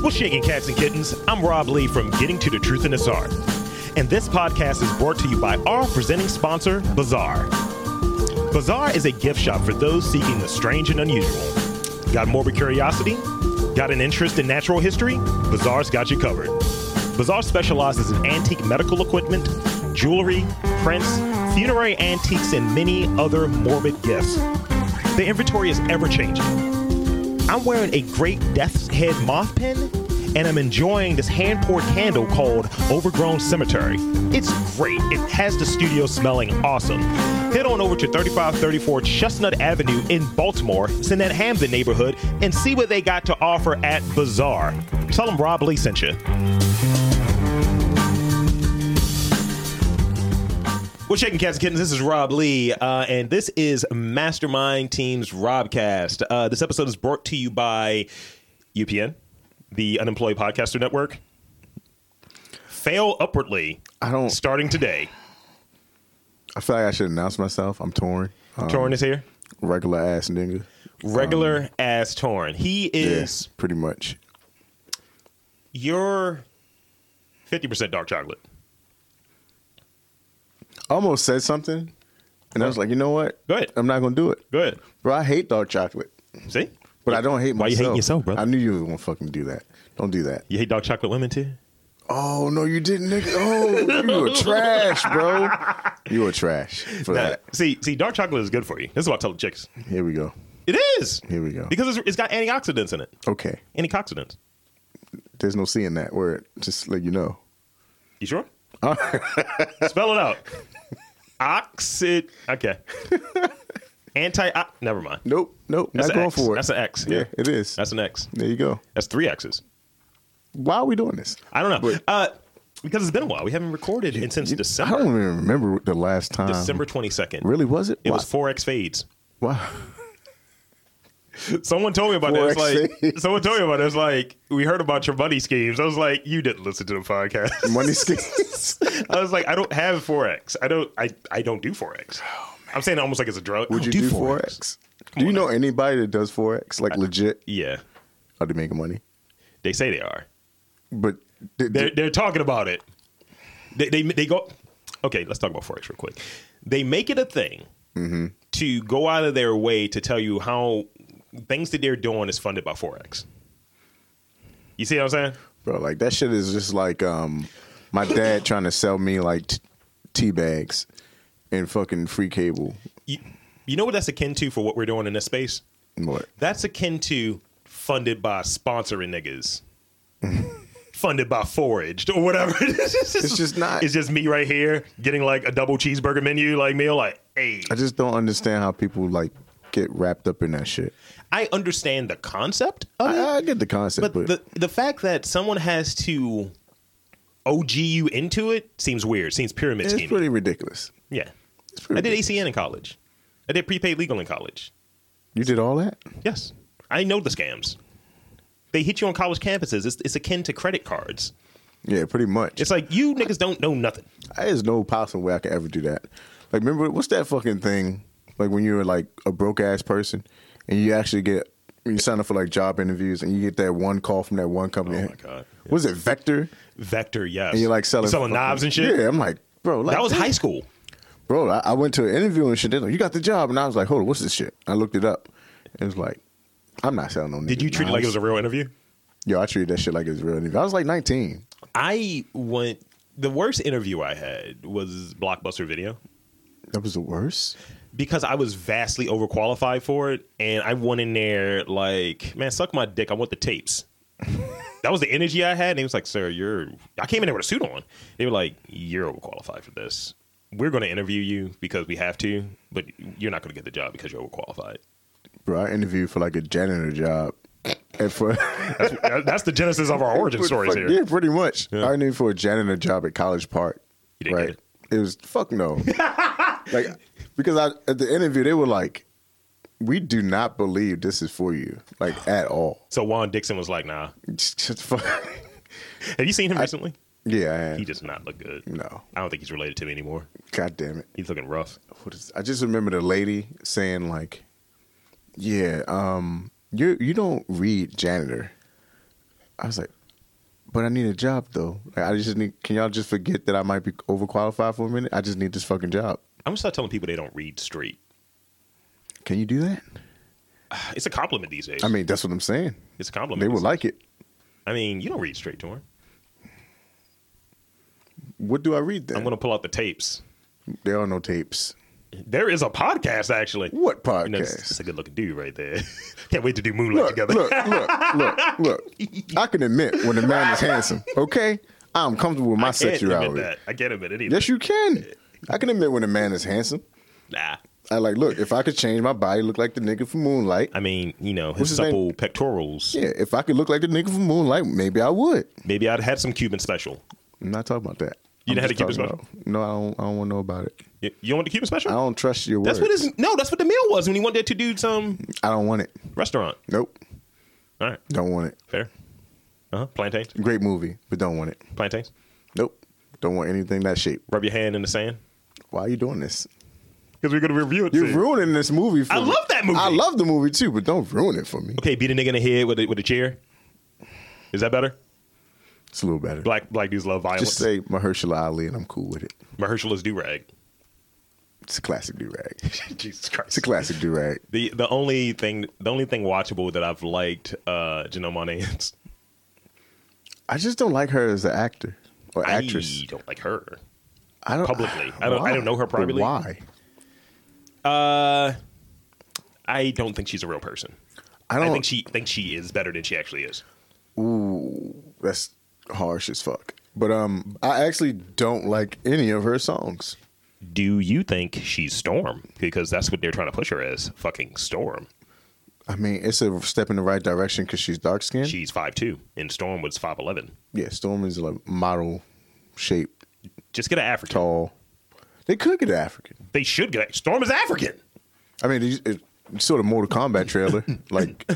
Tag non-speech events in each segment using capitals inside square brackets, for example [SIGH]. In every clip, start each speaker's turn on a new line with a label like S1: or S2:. S1: What's shaking cats and kittens? I'm Rob Lee from Getting to the Truth in This Art. And this podcast is brought to you by our presenting sponsor, Bazaar. Bazaar is a gift shop for those seeking the strange and unusual. Got morbid curiosity? Got an interest in natural history? Bazaar's got you covered. Bazaar specializes in antique medical equipment, jewelry, prints, funerary antiques, and many other morbid gifts. The inventory is ever changing. I'm wearing a great death's head moth pin, and I'm enjoying this hand poured candle called Overgrown Cemetery. It's great. It has the studio smelling awesome. Head on over to 3534 Chestnut Avenue in Baltimore, it's in that Hamden neighborhood, and see what they got to offer at Bazaar. Tell them Rob Lee sent you. What's shaking, cats and kittens? This is Rob Lee, uh, and this is Mastermind Team's Robcast. Uh, this episode is brought to you by UPN, the Unemployed Podcaster Network. Fail upwardly.
S2: I don't-
S1: Starting today.
S2: I feel like I should announce myself. I'm torn. Um,
S1: Torn is here.
S2: Regular ass nigga.
S1: Regular as Torn. He is
S2: Yes, pretty much.
S1: your 50% dark chocolate.
S2: Almost said something, and I was like, you know what?
S1: Go ahead.
S2: I'm not gonna do it,
S1: Go ahead.
S2: bro. I hate dark chocolate,
S1: See?
S2: but I don't hate
S1: Why you
S2: myself.
S1: hating yourself, brother?
S2: I knew you were gonna fucking do that. Don't do that.
S1: You hate dark chocolate women too?
S2: Oh no, you didn't, nigga. [LAUGHS] Oh, you were trash, bro. You were trash for
S1: Nah,
S2: that.
S1: see, see, dark chocolate is good for you. This is what I tell the chicks.
S2: Here we go.
S1: It is.
S2: Here we go.
S1: Because it's, it's got antioxidants in it.
S2: Okay,
S1: Antioxidants.
S2: there's no C in that word. Just let you know.
S1: You sure?
S2: Uh, [LAUGHS]
S1: Spell it out. Oxid. Okay. Anti. Uh, never mind.
S2: Nope, nope.
S1: That's
S2: not
S1: an
S2: going
S1: X.
S2: for it.
S1: That's an X.
S2: Yeah, it is.
S1: That's an X.
S2: there you go.
S1: That's three X's.
S2: Why are we doing this?
S1: I don't know.
S2: But-
S1: Uh, because it's been a while. We haven't recorded in since December.
S2: I don't even remember the last time.
S1: December 22nd.
S2: Really, was it?
S1: It
S2: Why-
S1: was 4X fades.
S2: Wow.
S1: [LAUGHS] Someone told me about that. It's
S2: 4X
S1: like
S2: fades.
S1: someone told me about it. It's like we heard about your money schemes. I was like, you didn't listen to the podcast.
S2: Money schemes.
S1: [LAUGHS] I was like, I don't have 4X. I don't. I I don't do 4X. I'm saying it almost like it's a drug.
S2: [LAUGHS] Would
S1: I
S2: you
S1: don't
S2: Oh, do four X? Do you know anybody that does four X? Like legit?
S1: Yeah,
S2: Are they making money?
S1: they say they are.
S2: But did,
S1: They're
S2: did,
S1: they're talking about it. They they, they go. Okay, let's talk about forex real quick. They make it a thing
S2: Mm-hmm.
S1: to go out of their way to tell you how things that they're doing is funded by forex. You see what I'm saying?
S2: bro, like that shit is just like um, my dad trying to sell me like t- tea bags and fucking free cable.
S1: You, you know what that's akin to for what we're doing in this space?
S2: What?
S1: That's akin to funded by sponsoring
S2: [LAUGHS]
S1: niggas. funded by foraged or whatever. [LAUGHS] it's,
S2: It's just not-
S1: It's just me right here getting like a double cheeseburger menu like meal like hey.
S2: I just don't understand how people like get wrapped up in that shit.
S1: I understand the concept of it,
S2: I, I get the concept,
S1: but
S2: but,
S1: the the fact that someone has to OG you into it seems weird. Seems pyramid
S2: it's
S1: scheme.
S2: pretty ridiculous.
S1: yeah.
S2: pretty
S1: I did ACN in college. I did prepaid legal in college.
S2: You did all that?
S1: Yes. I know the scams. They hit you on college campuses. It's, it's akin to credit cards.
S2: Yeah, pretty much.
S1: It's like you niggas don't know nothing.
S2: There's no possible way I could ever do that. Like, remember what's that fucking thing? Like when you're like a broke ass person, and you actually get when you sign up for like job interviews, and you get that one call from that one company.
S1: Oh, my God.
S2: Was it Vector?
S1: Vector, yes.
S2: And you're like selling
S1: selling
S2: fucking-
S1: knives and shit.
S2: Yeah, I'm like, bro, like,
S1: that was high school.
S2: Bro, I, I went to an interview and shit. They're like, you got the job, and I was like, hold on, what's this shit? I looked it up. It was like, I'm not selling no.
S1: Did you treat it like it was a real interview?
S2: Yo, I treated that shit like it was a real interview. I was like 19.
S1: I went. The worst interview I had was Blockbuster Video
S2: That was the worst.
S1: because I was vastly overqualified for it, and I went in there like, man, suck my dick. I want the
S2: [LAUGHS]
S1: tapes. that was the energy I had, and he was like, sir, you're. I came in there with a suit on. They were like, you're overqualified for this. We're going to interview you because we have to, but you're not going to get the job because you're overqualified.
S2: Bro, I interviewed for like a janitor job. And for [LAUGHS]
S1: That- That's the genesis of our origin
S2: Pretty
S1: stories here.
S2: fuck- Yeah, pretty much. I knew for a janitor job at College Park.
S1: You didn't
S2: right?
S1: get
S2: it. was
S1: [LAUGHS]
S2: fuck no. like because I at the interview they were like, "We do not believe this is for you, like at all." [LAUGHS]
S1: So Juan Dixon was like, "Nah."
S2: Just, just fuck. [LAUGHS]
S1: Have you seen him recently?
S2: yeah, I
S1: He
S2: am.
S1: does not look good.
S2: no.
S1: I don't think he's related to me anymore.
S2: God damn it.
S1: He's looking rough.
S2: What is, I just remember the lady saying like, "Yeah, um, you you don't read janitor. I was like, but I need a job though. Like, I just need. Can y'all just forget that I might be overqualified for a minute? I just need this fucking job.
S1: I'm just not telling people they don't read street.
S2: Can you do that?
S1: [SIGHS] It's a compliment these days.
S2: I mean, that's what I'm saying.
S1: it's a compliment.
S2: They would like it.
S1: I mean, you don't read straight, Torn.
S2: What do I read then?
S1: I'm going to pull out the tapes.
S2: there are no tapes.
S1: There is a podcast actually.
S2: What podcast?
S1: You know, it's, it's a good looking dude right there. [LAUGHS] Can't wait to do Moonlight
S2: look,
S1: together.
S2: look, look, look, look. I can admit when a man is handsome. Okay, I'm comfortable with my
S1: Can't admit
S2: sexuality.
S1: that. I can't admit it either.
S2: Yes, you can. I can admit when a man is handsome.
S1: Nah.
S2: I like look. If I could change my body, look like the nigga from Moonlight.
S1: I mean, you know, his
S2: his
S1: supple pectorals.
S2: Yeah, if I could look like the nigga from Moonlight, maybe I would.
S1: Maybe I'd had some Cuban special.
S2: I'm not talking about that.
S1: You
S2: I'm
S1: didn't
S2: just
S1: have to keep it
S2: talking about- No, I don't. I don't want to know about it.
S1: You, you don't want the Cuban special?
S2: I don't trust your
S1: that's what
S2: words.
S1: his no, that's what the meal was when he wanted to do some
S2: I don't want it.
S1: restaurant.
S2: Nope.
S1: All right.
S2: Don't want it.
S1: Fair. Uh huh. Plantains.
S2: Great movie, but don't want it.
S1: Plantains.
S2: Nope. Don't want anything that shape.
S1: Rub your hand in the sand.
S2: Why are you doing this?
S1: Because we're gonna review it.
S2: You're
S1: soon.
S2: ruining this movie. For
S1: I
S2: me.
S1: love that movie.
S2: I love the movie too, but don't ruin it for me.
S1: okay, beat a nigga in the head with a with a chair. Is that better?
S2: It's a little better.
S1: Black black dudes love violence.
S2: Just say Mahershala Ali, and I'm cool with it.
S1: Mahershala is do rag. [LAUGHS]
S2: It's a classic do rag.
S1: Jesus Christ.
S2: It's a classic do rag.
S1: The the only thing the only thing watchable that I've liked uh Janelle Monae's
S2: I just don't like her as an actor or actress.
S1: I don't like her.
S2: I don't [SIGHS]
S1: publicly. I don't- I don't
S2: Why?
S1: know her
S2: But
S1: privately.
S2: Why?
S1: Uh I don't think she's a real person.
S2: I
S1: I,
S2: don't.
S1: think she think she is better than she actually is.
S2: that's harsh as fuck. But um, I actually don't like any of her songs.
S1: Do you think she's Storm? Because that's what they're trying to push her as fucking Storm.
S2: I mean, it's a step in the right direction because she's dark skinned.
S1: She's five two, and Storm was five eleven.
S2: yeah, Storm is like model shaped,
S1: Just get an African.
S2: tall. They could get African.
S1: They should get Storm is African.
S2: I mean, it's, it's sort of Mortal Kombat
S1: [LAUGHS]
S2: trailer. like,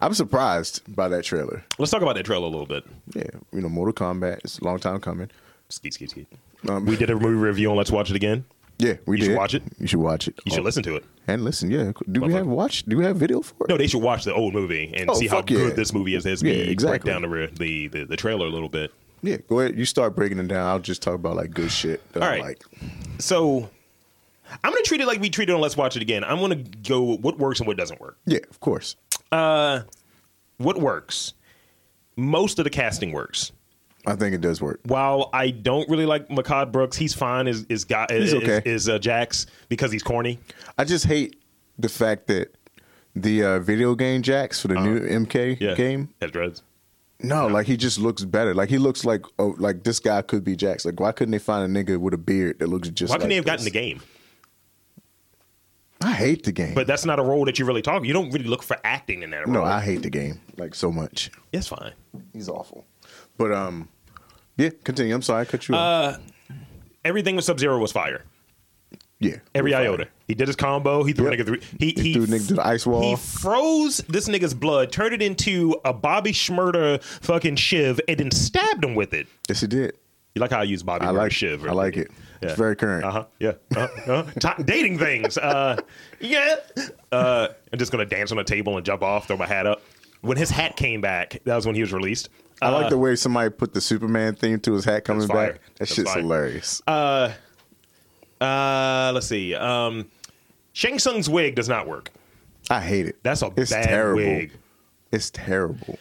S2: I'm surprised by that trailer.
S1: Let's talk about that trailer a little bit.
S2: Yeah, you know, Mortal Kombat. It's a long time coming.
S1: Skeet, skeet, skeet.
S2: Um,
S1: We did a movie review on Let's Watch It Again.
S2: Yeah, we
S1: You should
S2: did.
S1: watch it.
S2: You should watch it.
S1: You
S2: Oh,
S1: should listen to it.
S2: and listen. Yeah, do we
S1: Motherfucker.
S2: have watch? Do we have video for it?
S1: No, they should watch the old movie and
S2: Oh,
S1: see how
S2: fuck yeah.
S1: good this movie is as
S2: Yeah,
S1: we
S2: exactly.
S1: break down the, re- the, the the trailer a little bit.
S2: Yeah, go ahead. You start breaking it down. I'll just talk about like good shit. That
S1: All
S2: I
S1: right.
S2: like.
S1: So I'm gonna treat it like we treated on Let's Watch It Again. I'm gonna go with what works and what doesn't work.
S2: Yeah, of course.
S1: What works? Most of the casting works.
S2: I think it does work.
S1: While I don't really like Makad Brooks, he's fine. Is is guy
S2: He's
S1: is,
S2: okay.
S1: is uh, Jax because he's corny.
S2: I just hate the fact that the uh, video game jacks for the new MK
S1: Uh, Yeah,
S2: game.
S1: has dreads.
S2: No, like he just looks better. Like he looks like oh, like this guy could be Jax. Like why couldn't they find a nigga with a beard that looks just?
S1: Why couldn't
S2: like
S1: he have gotten the
S2: this?
S1: game?
S2: I hate the game.
S1: But that's not a role that you really talk. You don't really look for acting in that role.
S2: no, I hate the game like so much.
S1: it's fine.
S2: He's awful. But um, yeah. Continue. I'm sorry, I cut you off.
S1: Everything with Sub Zero was fire.
S2: Yeah.
S1: Every
S2: We're fine.
S1: iota. He did his combo. He threw
S2: Yep.
S1: a nigga through. He,
S2: He
S1: he
S2: threw a nigga through the ice wall.
S1: He froze this nigga's blood, turned it into a Bobby Schmurda fucking shiv, and then stabbed him with it.
S2: Yes, he did.
S1: You like how I use Bobby
S2: I
S1: Murray
S2: like
S1: shiv?
S2: I like it. It's very current.
S1: Uh huh. Yeah. Uh-huh. Uh-huh. Ti- dating things. Uh, yeah. Uh, I'm just gonna dance on a table and jump off, throw my hat up. When his hat came back, that was when he was released.
S2: I like the way somebody put the Superman theme to his hat coming
S1: fire.
S2: back. That
S1: Uh-huh. That's
S2: shit's
S1: fire.
S2: hilarious.
S1: Uh, let's see. Um, Shang Tsung's wig does not work.
S2: I hate it.
S1: that's a
S2: it's
S1: bad
S2: terrible.
S1: wig.
S2: It's terrible.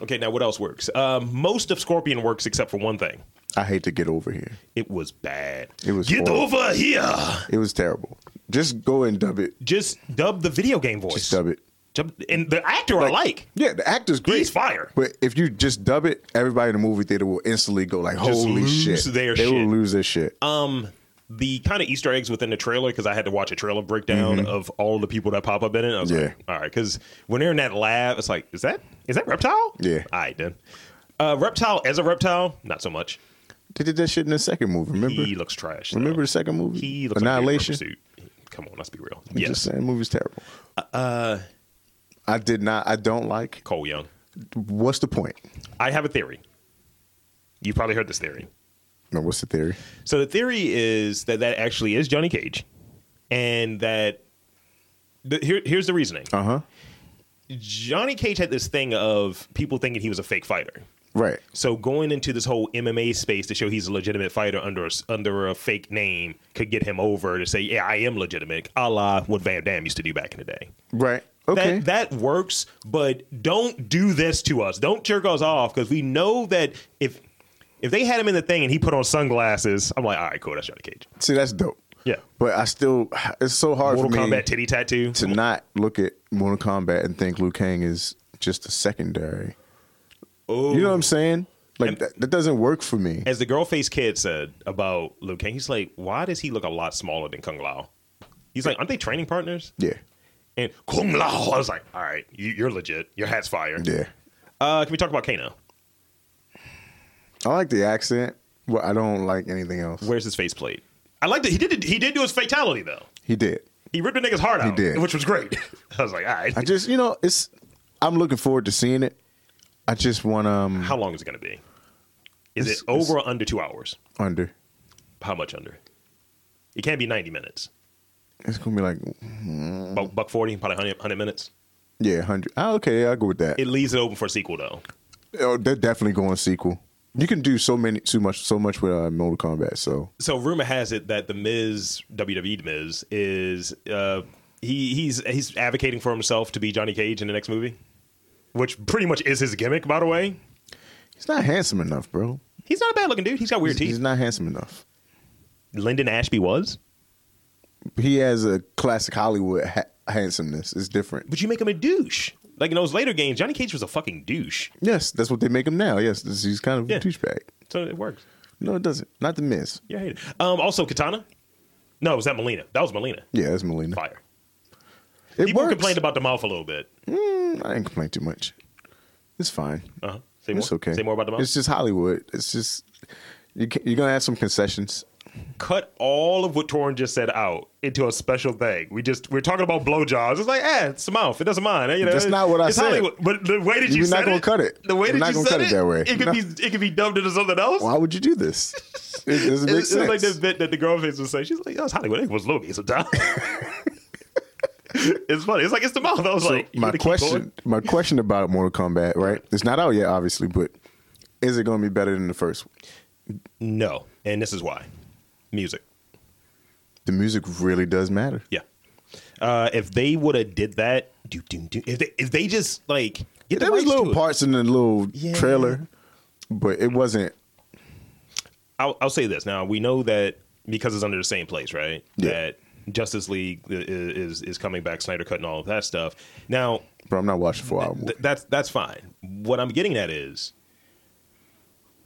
S1: Okay, now what else works? Um, most of Scorpion works except for one thing.
S2: I hate to get over here.
S1: It was bad.
S2: It was
S1: get
S2: horrible.
S1: over here.
S2: It was terrible. Just go and dub it.
S1: Just dub the video game voice.
S2: Just dub it.
S1: Dub- and the actor I like.
S2: Yeah, the actor's great.
S1: He's fire.
S2: But if you just dub it, everybody in the movie theater will instantly go like, "Holy
S1: lose
S2: shit!"
S1: their
S2: they
S1: shit. Uh,
S2: will lose their shit.
S1: The kind of Easter eggs within the trailer because I had to watch a trailer breakdown of all the people that pop up in it. I was
S2: Mm-hmm. Yeah.
S1: like, all right, because when they're in that lab, it's like, is that is that reptile?
S2: Yeah.
S1: All right then. Uh, reptile as a reptile, not so much.
S2: they did that shit in the second movie. Remember?
S1: He looks trash. though.
S2: remember the second movie?
S1: He looks
S2: Annihilation.
S1: Like a rubber suit. Come on, let's be real.
S2: I'm
S1: Yes,
S2: Just saying, the movie's terrible. Uh, I did not. I don't like.
S1: Cole Young.
S2: What's the point?
S1: I have a theory. You probably heard this theory.
S2: No, what's the theory?
S1: So the theory is that that actually is Johnny Cage, and that the, here, here's the reasoning.
S2: Uh huh.
S1: Johnny Cage had this thing of people thinking he was a fake fighter.
S2: Right.
S1: So going into this whole MMA space to show he's a legitimate fighter under a, s- under a fake name could get him over to say, yeah, I am legitimate, a la what Van Damme used to do back in the day.
S2: Right. Okay.
S1: That, that works, but don't do this to us. Don't jerk us off because we know that if if they had him in the thing and he put on sunglasses, I'm like, all right, cool, that's Johnny Cage.
S2: See, that's dope.
S1: Yeah.
S2: But I still, it's so hard
S1: Mortal
S2: for me
S1: Kombat titty tattoo.
S2: to not look at Mortal Kombat and think Liu Kang is just a secondary.
S1: Ooh.
S2: You know what I'm saying? Like
S1: And-
S2: that, that doesn't work for me.
S1: As the girl face kid said about Liu Kang, he's like, why does he look a lot smaller than Kung Lao? He's like, aren't they training partners?
S2: Yeah.
S1: And Kung Lao, I was like, all right, you, you're legit. Your hat's fire.
S2: Yeah.
S1: Uh, can we talk about Kano?
S2: I like the accent, but I don't like anything else.
S1: Where's his face plate? I liked it. He did. He did do his fatality though.
S2: He did.
S1: He ripped a nigga's heart out,
S2: did.
S1: which was great. [LAUGHS] I was like, all right.
S2: I just, you know, it's. I'm looking forward to seeing it. I just want um
S1: How long is it going to be? Is
S2: It's-
S1: it over or under two hours?
S2: under.
S1: How much under? It can't be 90 minutes.
S2: It's gonna be like,
S1: About buck 40, probably 100, 100 minutes.
S2: yeah, hundred. Ah, okay, I'll go with that.
S1: It leaves it open for a sequel, though.
S2: oh, they're definitely going sequel. You can do so many, too much, so much with uh, Mortal Kombat. So
S1: So rumor has it that the Miz, WWE Miz, is uh, he he's he's advocating for himself to be Johnny Cage in the next movie, which pretty much is his gimmick, by the way.
S2: he's not handsome enough, bro.
S1: He's not a bad looking dude. He's got weird
S2: He's, he's
S1: teeth.
S2: not handsome enough.
S1: Lyndon Ashby was,
S2: He has a classic Hollywood ha- handsomeness. It's different.
S1: but you make him a douche. Like in those later games, Johnny Cage was a fucking douche.
S2: Yes, that's what they make him now. Yes, this- he's kind of
S1: Yeah.
S2: a douchebag.
S1: So it works.
S2: No, it doesn't. Not the Miz.
S1: You're hated. Um, also, Katana. No, was that Melina? That was Melina.
S2: Yeah, that's Melina.
S1: Fire.
S2: It
S1: People
S2: works.
S1: complained about the mouth a little bit.
S2: Mm, I didn't complain too much. It's fine.
S1: Uh-huh. Say more.
S2: It's okay.
S1: Say more about the mouth.
S2: It's just Hollywood. It's just you ca you're gonna have some concessions.
S1: Cut all of what Torin just said out into a special thing. We just we're talking about blowjobs. It's like, eh, it's the mouth. It doesn't mind. You know,
S2: That's not what I
S1: it's
S2: said.
S1: Hollywood. But the way that you
S2: You're
S1: said
S2: not gonna
S1: it,
S2: cut it.
S1: the way
S2: You're
S1: that
S2: not
S1: you
S2: gonna
S1: said
S2: cut it that way.
S1: it could
S2: No.
S1: be it could be dubbed into something else.
S2: Why would you do this? It doesn't make
S1: it's,
S2: sense.
S1: it's like this bit that the girlface was saying. She's like, "Oh, it's Hollywood. It was Logan
S2: [LAUGHS]
S1: sometimes." it's funny. It's like it's the mouth. I was like, you
S2: my
S1: wanna keep
S2: question,
S1: going?
S2: my question about Mortal Kombat, right? It's not out yet, obviously, but is it going to be better than the first one?
S1: No, and this is why. Music.
S2: The music really does matter.
S1: Yeah. Uh, if they would have did that, do, do, do, if, they, if they just like get
S2: there was
S1: rights to
S2: little
S1: it.
S2: parts in the little
S1: Yeah.
S2: trailer, but it wasn't.
S1: I'll, I'll say this. Now we know that because it's under the same place, right?
S2: Yeah.
S1: That Justice League i- i- is is coming back, Snyder Cut, and all of that stuff. Now
S2: Bro, I'm not watching four hour movie.
S1: th- that's that's fine. What I'm getting at is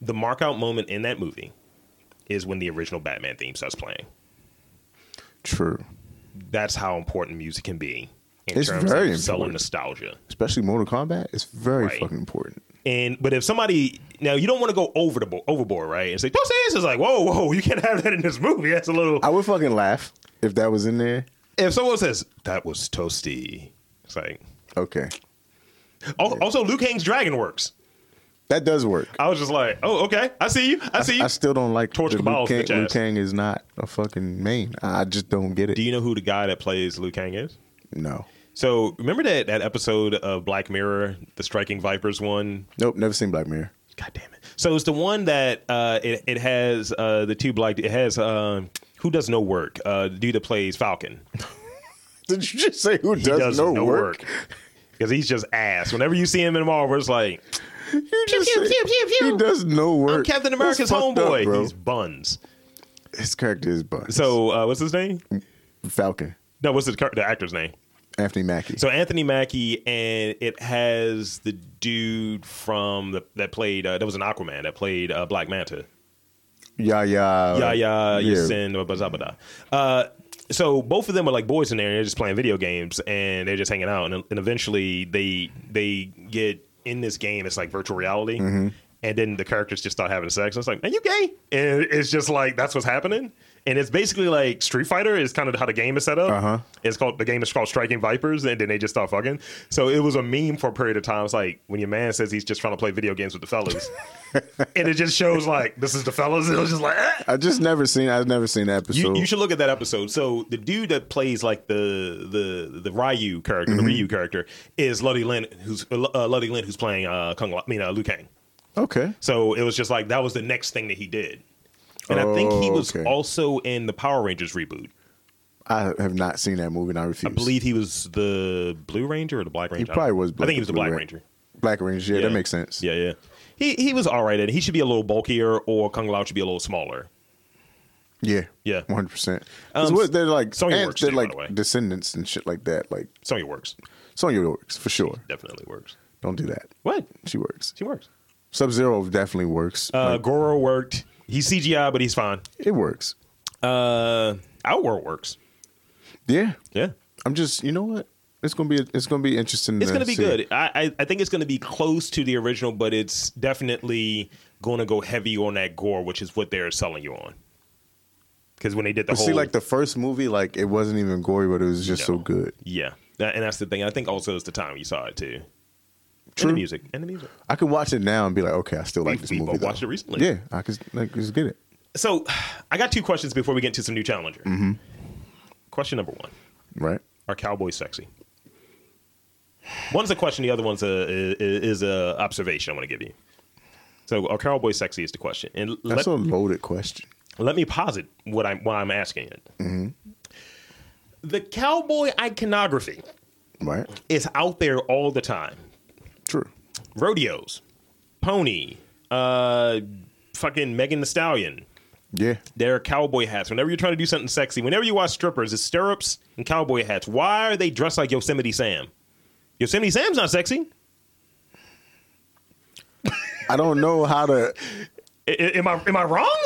S1: the markout moment in that movie is when the original Batman theme starts playing.
S2: True,
S1: That's how important music can be in
S2: It's
S1: terms
S2: very
S1: of selling
S2: important.
S1: nostalgia.
S2: especially Mortal Kombat. It's very
S1: Right.
S2: fucking important.
S1: And but if somebody now you don't want to go over the bo- overboard, right? And say don't say this is like whoa whoa you can't have that in this movie. That's a little.
S2: I would fucking laugh if that was in there.
S1: if someone says that was toasty, it's like
S2: Okay,
S1: al- also Liu Kang's Dragon works.
S2: that does work.
S1: I was just like oh okay I see you I see you.
S2: I still don't like
S1: Torch
S2: the
S1: Cabal's
S2: Liu Kang,
S1: bitch
S2: Liu
S1: ass.
S2: Kang is not a fucking main. I just don't get it.
S1: Do you know who the guy that plays Liu Kang is?
S2: no,
S1: So remember that that episode of Black Mirror, the Striking Vipers one.
S2: nope, never seen Black Mirror.
S1: God damn it! So it's the one that uh, it it has uh, the two black. It has um who does no work. Uh, the dude that plays
S2: [LAUGHS]
S1: Falcon.
S2: [LAUGHS] Did you just say who
S1: He
S2: does,
S1: does
S2: no,
S1: no
S2: work?
S1: work because he's just ass. Whenever you see him in Marvel, it's like
S2: [LAUGHS] You just
S1: pew,
S2: said
S1: pew, pew, pew.
S2: He does no work.
S1: I'm Captain
S2: That's
S1: America's
S2: fucked up,
S1: homeboy.
S2: bro.
S1: he's buns.
S2: His character is buns.
S1: So uh, what's his name?
S2: Falcon,
S1: No, what's his, char- the actor's name?
S2: Anthony Mackie.
S1: So Anthony Mackie, and it has the dude from the, that played uh, that was an Aquaman that played uh, Black Manta.
S2: yeah, yeah,
S1: Yeah, yeah, you sin, blah, blah, blah, blah. Uh, so both of them are like boys in there, and they're just playing video games, and they're just hanging out, and, and eventually they they get in this game. It's like virtual reality, and then the characters just start having sex. And it's like, are you gay? And it's just like that's what's happening. And it's basically like Street Fighter is kind of how the game is set up.
S2: Uh-huh.
S1: It's called the game is called Striking Vipers, and then they just start fucking. So it was a meme for a period of time. It's like when your man says he's just trying to play video games with the fellas, and it just shows like this is the fellas. And it was just like eh.
S2: I just never seen. I've never seen that
S1: you,
S2: episode.
S1: you should look at that episode. So the dude that plays like the the the Ryu character,
S2: Mm-hmm.
S1: the Ryu character, is Luddy Lin, who's uh, Luddy Lin, who's playing uh, Kung. Lao- I mean uh, Liu Kang.
S2: okay.
S1: So it was just like that was the next thing that he did. And I think he
S2: Oh,
S1: was
S2: okay.
S1: also in the Power Rangers reboot.
S2: I have not seen that movie. and I refuse.
S1: I believe he was the Blue Ranger or the Black Ranger.
S2: he
S1: I don't
S2: probably
S1: know.
S2: was.
S1: I think he was the
S2: Blue
S1: Black
S2: Ran-
S1: Ranger.
S2: Black Ranger. Yeah, that makes sense.
S1: Yeah, yeah. He he was all right at it. He should be a little bulkier, or Kung Lao should be a little smaller.
S2: yeah,
S1: Yeah.
S2: one hundred
S1: Um,
S2: percent. They're like
S1: Sonya
S2: and
S1: Works
S2: they're
S1: too, by
S2: like
S1: the way.
S2: descendants and shit like that. Like
S1: Sonya works.
S2: Sonya works for sure.
S1: Definitely works.
S2: Don't do that.
S1: What?
S2: She works.
S1: She works.
S2: Sub Zero definitely works.
S1: Uh,
S2: Like,
S1: Goro worked. He's CGI, but he's fine.
S2: it works.
S1: Uh, Outworld works.
S2: Yeah.
S1: Yeah.
S2: I'm just. You know what? It's gonna be. It's gonna be interesting.
S1: It's
S2: to
S1: going to be
S2: see.
S1: good. I, I, I think it's going to be close to the original, but it's definitely going to go heavy on that gore, which is what they're selling you on. Because when they did the
S2: But
S1: whole,
S2: see, like the first movie, like it wasn't even gory, but it was just so
S1: No.
S2: good.
S1: yeah, that, and that's the thing. I think also it's the time you saw it too. And
S2: True.
S1: the music and the music.
S2: I could watch it now and be like, okay, I still like
S1: We-
S2: this
S1: we
S2: movie.
S1: both
S2: though.
S1: watched it recently.
S2: Yeah, I could like just get it.
S1: So, [SIGHS] I got two questions before we get into some new challenger.
S2: Mm-hmm.
S1: Question number one:
S2: Right.
S1: Are cowboys sexy? One's a question. The other one's a is a observation. I want to give you. So, are cowboys sexy? Is the question. And let-
S2: That's a loaded question.
S1: let me posit what I'm why I'm asking it. The cowboy iconography
S2: Right.
S1: is out there all the time.
S2: True.
S1: Rodeos, pony, uh, fucking Megan the Stallion.
S2: Yeah.
S1: They're cowboy hats. Whenever you're trying to do something sexy, whenever you watch strippers, it's stirrups and cowboy hats. Why are they dressed like Yosemite Sam? Yosemite Sam's not sexy.
S2: I don't know how to,
S1: I- I- am I am I wrong?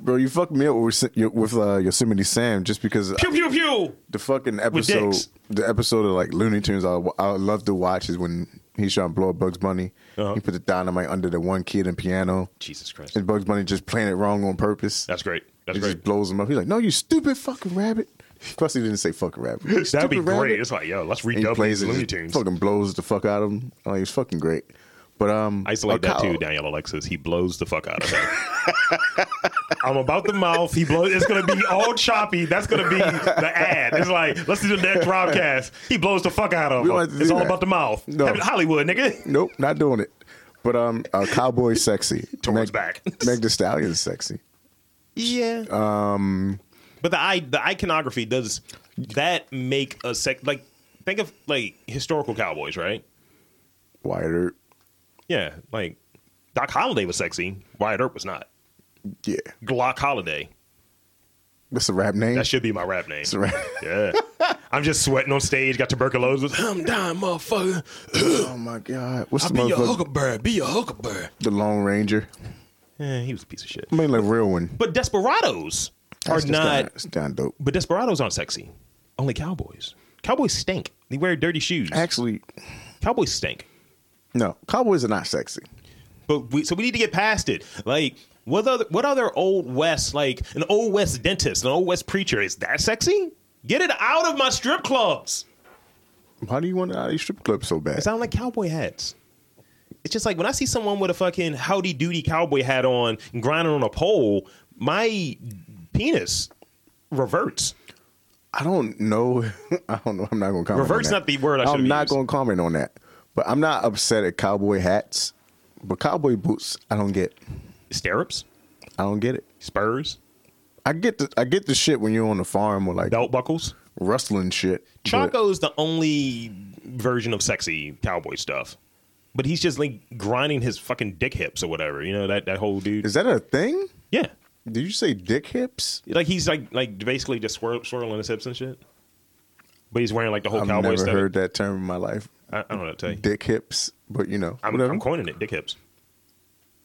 S2: bro. You fucked me up with with uh, Yosemite Sam just because
S1: Pew pew pew.
S2: the fucking episode,
S1: dicks.
S2: the episode of like Looney Tunes. I I love to watch is when he's trying to blow up Bugs Bunny.
S1: Uh-huh.
S2: He put the dynamite under the one kid and piano,
S1: Jesus Christ,
S2: and Bugs Bunny just playing it wrong on purpose.
S1: that's great. That's
S2: It
S1: great.
S2: just blows him up. He's like, "No, you stupid fucking rabbit." [LAUGHS] Of course, he didn't say fucking rabbit.
S1: [LAUGHS] That'd
S2: Stupid
S1: be
S2: rabbit.
S1: great. It's like yo, let's
S2: And he
S1: redub
S2: plays
S1: these
S2: it,
S1: Looney
S2: just
S1: Tunes.
S2: fucking blows the fuck out of him. Oh, he's fucking great. But um,
S1: Isolate
S2: a
S1: that
S2: cow-
S1: too, Daniel Alexis. He blows the fuck out of him.
S2: [LAUGHS]
S1: I'm about the mouth. He blows. It's gonna be all choppy. That's gonna be the ad. It's like let's do the next broadcast. He blows the fuck out of
S2: We don't have to
S1: him. It's
S2: do
S1: all
S2: that.
S1: about the mouth.
S2: No.
S1: Have it Hollywood, nigga.
S2: Nope, not doing it. But um, uh,
S1: [LAUGHS]
S2: cowboy sexy.
S1: Towards back.
S2: [LAUGHS] Meg the Stallion's sexy.
S1: Yeah. Um. But the i the iconography does that make a sec like think of like historical cowboys, right?
S2: Wider.
S1: Yeah. Like Doc Holliday was sexy. Wyatt Earp was not.
S2: Yeah,
S1: Glock Holliday.
S2: that's a rap name.
S1: That should be my rap name.
S2: That's a rap.
S1: [COUGHS]
S2: [LAUGHS]
S1: Yeah. I'm just sweating on stage, got tuberculosis. [CLEARS THROAT] I'm dying, motherfucker.
S2: oh my god, what's the motherfucker?
S1: huckleberry. Be your huckleberry. [SIGHS]
S2: The Lone Ranger.
S1: Yeah, he was a piece of shit.
S2: I mean, like real one.
S1: But desperados
S2: That's
S1: are
S2: just
S1: not.
S2: kinda- It's down dope.
S1: But desperados aren't sexy. Only cowboys. Cowboys stink. They wear dirty shoes.
S2: Actually,
S1: Cowboys stink.
S2: no, cowboys are not sexy.
S1: But we, so we need to get past it. Like, what other what other old west like an old west dentist, an old west preacher is that sexy? Get it out of my strip clubs.
S2: How do you want it out of these strip clubs so bad?
S1: It sound like cowboy hats. It's just like when I see someone with a fucking howdy doody cowboy hat on and grinding on a pole, my penis reverts.
S2: I don't know. [LAUGHS] I don't know. I'm not gonna comment.
S1: Revert's
S2: on that.
S1: not the word I should've
S2: I'm not
S1: used.
S2: gonna comment on that. But I'm not upset at cowboy hats, but cowboy boots. I don't get.
S1: Stirrups,
S2: I don't get it.
S1: spurs,
S2: I get the I get the shit when you're on the farm or like
S1: belt buckles.
S2: rustling shit. but
S1: Chaco's the only version of sexy cowboy stuff. But he's just like grinding his fucking dick hips or whatever, you know, that, that whole dude.
S2: Is that a thing?
S1: yeah.
S2: Did you say dick hips?
S1: Like he's like like basically just swirl, swirling his hips and shit. But he's wearing like the whole
S2: I've
S1: cowboy
S2: never
S1: stuff.
S2: heard that term in my life.
S1: I, I don't know what to tell you.
S2: Dick hips, but you know,
S1: I'm,
S2: whatever.
S1: I'm coining it, dick hips.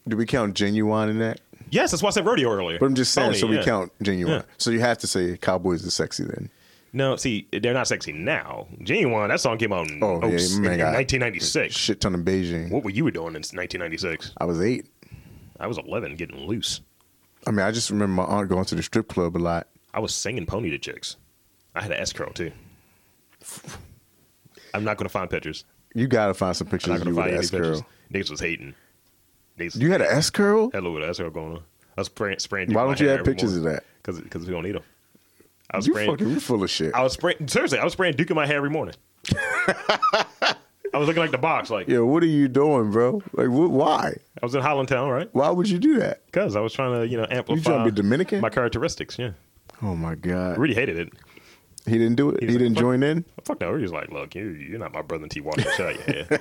S2: do we count genuine in that?
S1: Yes, that's why I said rodeo earlier.
S2: But I'm just saying,
S1: Tony,
S2: so we
S1: yeah.
S2: count genuine.
S1: Yeah.
S2: So you have to say cowboys are sexy then.
S1: No, see, they're not sexy now. Genuine, that song came out in,
S2: Oh,
S1: oh,
S2: yeah,
S1: s- in-
S2: man,
S1: in
S2: God.
S1: 1996.
S2: Shit ton of Beijing.
S1: What were you doing in 1996?
S2: I was eight.
S1: I was 11, getting loose.
S2: I mean, I just remember my aunt going to the strip club a lot,
S1: I was singing pony to chicks. I had an S curl too. I'm not gonna find pictures.
S2: You gotta find some
S1: I'm
S2: pictures
S1: not
S2: of
S1: gonna
S2: you with
S1: find
S2: an
S1: any
S2: S
S1: pictures.
S2: curl.
S1: Niggas was hating. Niggas
S2: You had an S curl?
S1: hello with an S curl going on. I was spraying spraying.
S2: Why don't you have pictures of that?
S1: Because because we don't need them. I was
S2: You
S1: spraying.
S2: fucking you full of shit.
S1: I was spraying. Seriously, I was spraying Duke in my hair every
S2: [LAUGHS]
S1: morning. I was looking like the box. Like
S2: Yo, what are you doing, bro? Like, wh- why?
S1: I was in Holland Town, right?
S2: Why would you do that?
S1: Because I was trying to you know amplify.
S2: trying to be Dominican?
S1: uh, My characteristics. Yeah,
S2: Oh my
S1: I
S2: god,
S1: really hated it.
S2: he didn't do it.
S1: He's
S2: he
S1: like,
S2: didn't
S1: "Fuck."
S2: join in.
S1: Fuck no, Rudy's like, look, you, you're not my brother in T. Water. Shut your head.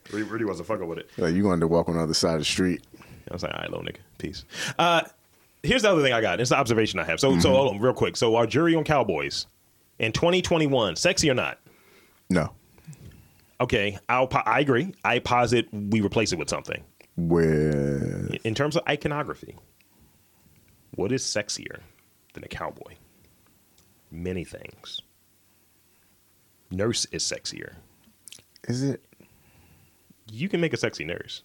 S1: [LAUGHS] Rudy, Rudy wasn't fucking with it.
S2: Like, you wanted to walk on the other side of the street.
S1: I was like, all right, little nigga, peace. Uh, here's the other thing I got. It's the observation I have. So, so hold on, real quick. So, our jury on Cowboys in 2021, sexy or not?
S2: No,
S1: Okay, I'll. Po- I agree. I posit we replace it with something
S2: where
S1: in terms of iconography. What is sexier than a cowboy? Many things. Nurse is sexier.
S2: is it?
S1: You can make a sexy nurse.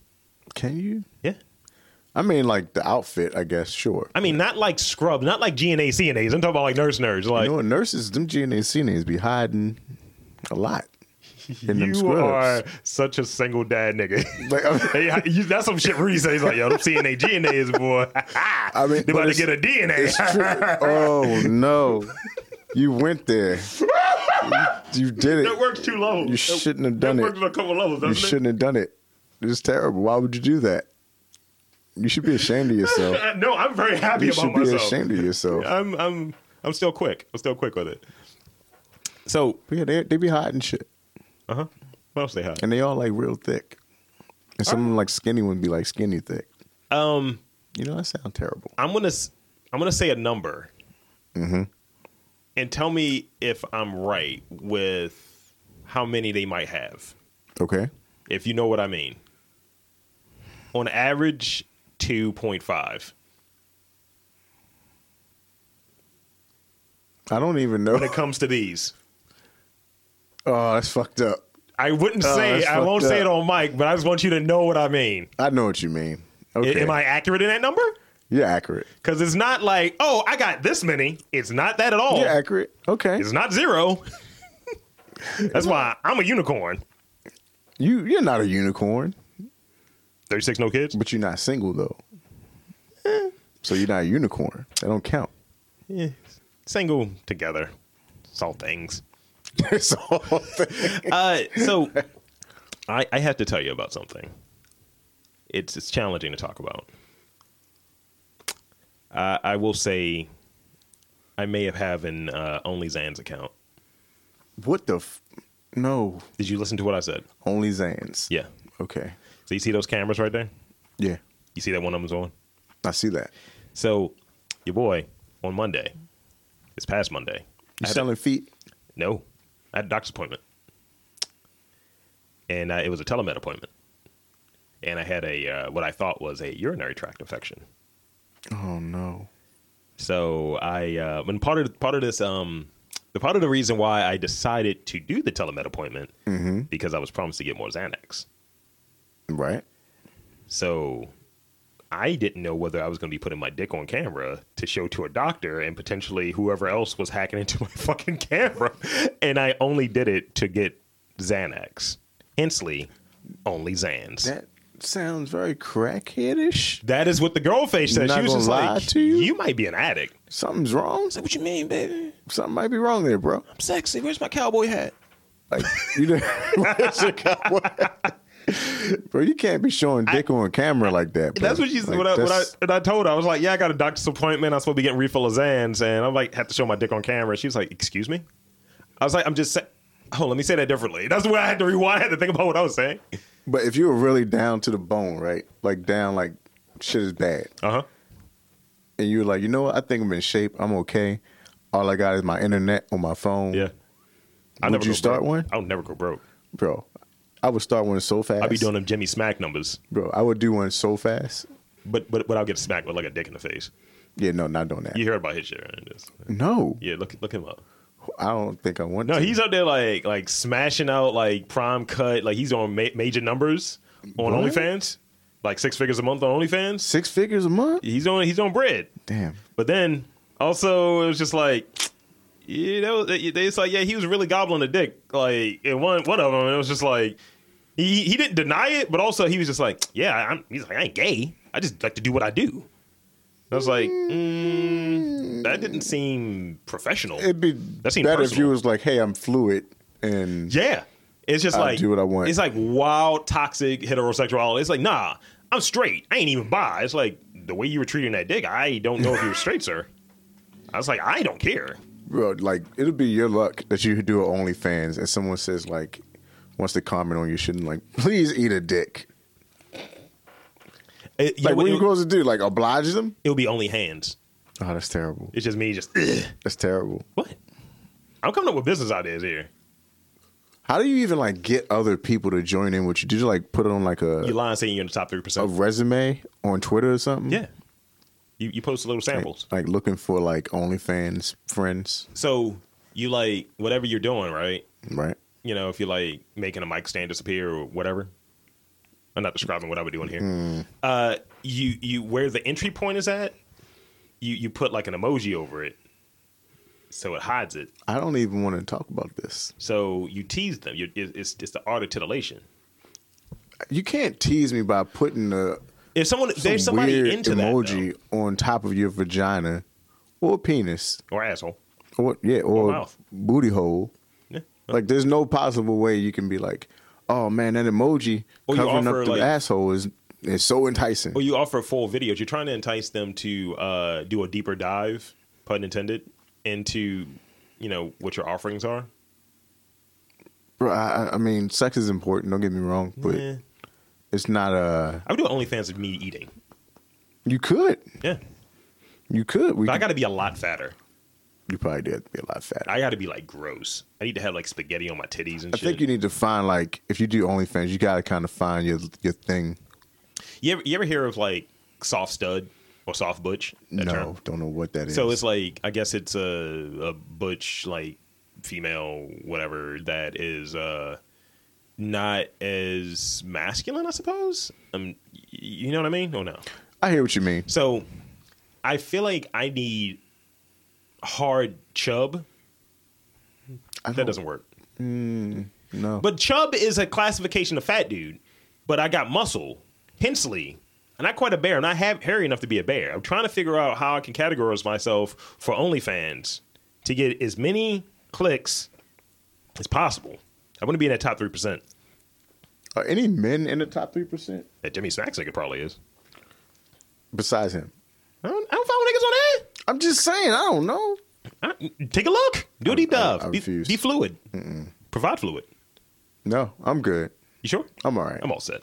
S2: Can you?
S1: Yeah.
S2: I mean, like the outfit, I guess. Sure.
S1: I mean, not like scrub, not like GNA, CNAs. I'm talking about like nurse nerds. Like
S2: you know what? Nurses, them GNA CNAs be hiding a lot in them
S1: you are
S2: scrubs.
S1: such a single dad nigga.
S2: [LAUGHS] Like, I'm-
S1: hey, you, that's some shit Rudy says. Like, yo, them CNA, GNAs, boy. [LAUGHS] I
S2: mean,
S1: they about
S2: but
S1: to get a
S2: it's-
S1: DNA.
S2: It's true. Oh no, you went there. You, you
S1: [LAUGHS]
S2: did
S1: that
S2: it.
S1: works two levels.
S2: You shouldn't have done
S1: that
S2: it.
S1: works on a couple levels,
S2: You
S1: doesn't
S2: shouldn't have done it. It's terrible. Why would you do that? You should be ashamed
S1: [LAUGHS]
S2: of yourself.
S1: it? Uh, no, I'm very happy
S2: You
S1: about
S2: should be
S1: myself.
S2: ashamed of yourself.
S1: I'm, I'm, I'm still quick. I'm still quick with it. So,
S2: But yeah, they, they be hiding shit,
S1: uh huh. What else they had?
S2: and they all like real thick, and some of them like skinny ones be like skinny thick.
S1: Um,
S2: You know that sound terrible.
S1: I'm gonna s- I'm gonna say a number,
S2: Mm-hmm.
S1: and tell me if I'm right with how many they might have,
S2: Okay,
S1: if you know what I mean. On average, two point five.
S2: I don't even know.
S1: When it comes to these,
S2: Oh, that's fucked up.
S1: I wouldn't
S2: Oh,
S1: say
S2: that's
S1: I won't
S2: fucked
S1: say it
S2: up.
S1: on mic, but I just want you to know what I mean.
S2: I know what you mean.
S1: I-
S2: Okay,
S1: Am I accurate in that number?
S2: You're accurate.
S1: Because it's not like oh I got this many. It's not that at all.
S2: You're accurate. Okay,
S1: It's not zero. [LAUGHS] That's why I'm a unicorn.
S2: you you're not a unicorn,
S1: Thirty six no kids.
S2: but you're not single though. Eh, So you're not a unicorn. That don't count.
S1: yeah, single together. It's all things. [LAUGHS]
S2: It's a whole thing.
S1: Uh, so I, I have to tell you about something. It's it's challenging to talk about. Uh, I will say, I may have have an uh, Only Zans account.
S2: What the? F- no,
S1: Did you listen to what I said?
S2: only Zans.
S1: Yeah.
S2: Okay.
S1: So you see those cameras right there?
S2: Yeah,
S1: You see that one of them's on.
S2: I see that.
S1: So your boy on Monday, this past Monday,
S2: You
S1: I had a-
S2: selling feet?
S1: No, I had a doctor's appointment, and uh, it was a telemed appointment, and I had a uh, what I thought was a urinary tract infection.
S2: Oh no.
S1: So I, uh, and part of part of this, um, the part of the reason why I decided to do the telemed appointment because I was promised to get more Xanax.
S2: Right.
S1: So I didn't know whether I was going to be putting my dick on camera to show to a doctor and potentially whoever else was hacking into [LAUGHS] my fucking camera. And I only did it to get Xanax. Hensely, only Xans.
S2: That sounds very crackheadish.
S1: that is what the girl face said.
S2: Not
S1: She was
S2: gonna
S1: just
S2: lie
S1: like,
S2: to you?
S1: might be an
S2: [LAUGHS]
S1: addict. [LAUGHS] I
S2: Something's wrong.
S1: said, what you mean, baby?
S2: Something might be wrong there, bro.
S1: I'm sexy. Where's my cowboy hat?
S2: Like you know,
S1: [LAUGHS]
S2: where's your cowboy? bro, you can't be showing dick on camera like that. Bro.
S1: That's what she said.
S2: Like,
S1: what I, what I,
S2: that's-
S1: and I told her, I was like, yeah, I got a doctor's appointment. I'm supposed to be getting refill of Zans. And I'm like, have to show my dick on camera. She was like, excuse me? I was like, I'm just saying. Oh, let me say that differently. That's the way I had to rewind. I had to think about what I was saying.
S2: But if you were really down to the bone, right? Like down, like shit is bad,
S1: Uh huh.
S2: and you were like, you know what? I think I'm in shape. I'm okay. All I got is my internet on my phone.
S1: Yeah. I
S2: Would
S1: never
S2: you
S1: go
S2: start
S1: broke.
S2: one?
S1: I would never go broke.
S2: bro. I would start one so fast.
S1: I'd be doing them Jimmy Smack numbers,
S2: bro. I would do one so fast.
S1: but but but I'll get smacked with like a dick in the face.
S2: Yeah, no, not doing that.
S1: You heard about his shit, right? Just-
S2: No,
S1: Yeah, look look him up.
S2: I don't think I want.
S1: No,
S2: to.
S1: he's out there like like smashing out like prime cut. Like he's on ma- major numbers on
S2: What?
S1: OnlyFans, like six figures a month on OnlyFans.
S2: six figures a month.
S1: He's on he's on bread.
S2: Damn.
S1: But then, Also, it was just like, you know, they they- it's like, yeah, he was really gobbling a dick. Like, in one one of them, it was just like, he he didn't deny it, but also he was just like, yeah, I'm, he's like, I ain't gay. I just like to do what I do. I was like, mm, that didn't seem professional.
S2: It'd be
S1: That seemed
S2: better if
S1: personal.
S2: you was like, "Hey, I'm fluid," and
S1: Yeah. It's just
S2: I'll
S1: like
S2: do what I want.
S1: It's like wild, toxic heterosexuality. It's like, nah, I'm straight. I ain't even bi. It's like the way you were treating that dick, I don't know if you were straight, sir. I was like, I don't care.
S2: bro, like it'll be your luck that you do an OnlyFans, and someone says like, wants to comment on your shit, and like, [LAUGHS] please eat a dick.
S1: It, you
S2: Eh, Like,
S1: know
S2: what
S1: what
S2: are you
S1: it-
S2: supposed to do? Like, oblige them?
S1: it'll be only hands.
S2: Oh, that's terrible.
S1: It's just me just [CLEARS THROAT] "Ugh."
S2: That's terrible.
S1: what? I'm coming up with business ideas here.
S2: How do you even like get other people to join in with you? Did you like put it on like
S1: You
S2: a
S1: lying saying you're in the top three
S2: a
S1: percent.
S2: resume on Twitter or something?
S1: Yeah. You you post little samples.
S2: Like looking for like OnlyFans friends,
S1: So you like whatever you're doing, right?
S2: right?
S1: you know, if you're like making a mic stand disappear or whatever. I'm not describing what I would do in here.
S2: Hmm.
S1: Uh, you you where the entry point is at, you you put like an emoji over it, so it hides it.
S2: I don't even want to talk about this.
S1: So you tease them. you it, it's it's the art of titillation.
S2: You can't tease me by putting a
S1: If someone
S2: some
S1: there's somebody
S2: weird
S1: into
S2: emoji
S1: that
S2: on top of your vagina or penis
S1: though, or asshole,
S2: or yeah or,
S1: mouth.
S2: booty hole.
S1: yeah.
S2: Like, there's no possible way you can be like, oh man, that emoji
S1: Or you
S2: covering
S1: offer,
S2: up the
S1: like-
S2: asshole is is so enticing.
S1: or you offer full videos. You're trying to entice them to uh, do a deeper dive, pun intended, into you know what your offerings are.
S2: Bro, I, I- I mean, sex is important. Don't get me wrong, but
S1: Eh.
S2: it's not a.
S1: I would do OnlyFans of me eating.
S2: You could,
S1: Yeah.
S2: you could. We
S1: But I
S2: could-
S1: got to be a lot fatter.
S2: you probably did have to be a lot fatter. I,
S1: I got to be like gross. I need to have like spaghetti on my titties and shit.
S2: think you need to find like if you do OnlyFans, you got to kind of find your your thing.
S1: You ever, you ever hear of like soft stud or soft butch? that
S2: no,
S1: term?
S2: don't know what that is.
S1: So it's like I guess it's a a butch like female whatever that is uh not as masculine, I suppose. Um, y- you know what I mean? Oh no.
S2: I hear what you mean.
S1: So I feel like I need hard chub.
S2: I
S1: That
S2: don't-
S1: doesn't work.
S2: No,
S1: But chub is a classification of fat dude. But I got muscle, Hensley. I'm not quite a bear. I'm not ha- hairy enough to be a bear. I'm trying to figure out how I can categorize myself for OnlyFans to get as many clicks as possible. I want to be in that top three percent.
S2: are any men in the top three percent
S1: That Jimmy Snacks nigga probably is.
S2: besides him?
S1: I don't, I don't follow
S2: I'm just saying. I don't know.
S1: niggas on that. I- Take a look. Do a deep
S2: I- I
S1: dive. Be,
S2: refuse.
S1: be fluid. Provide fluid.
S2: No, I'm good.
S1: You sure?
S2: I'm all right.
S1: I'm all set.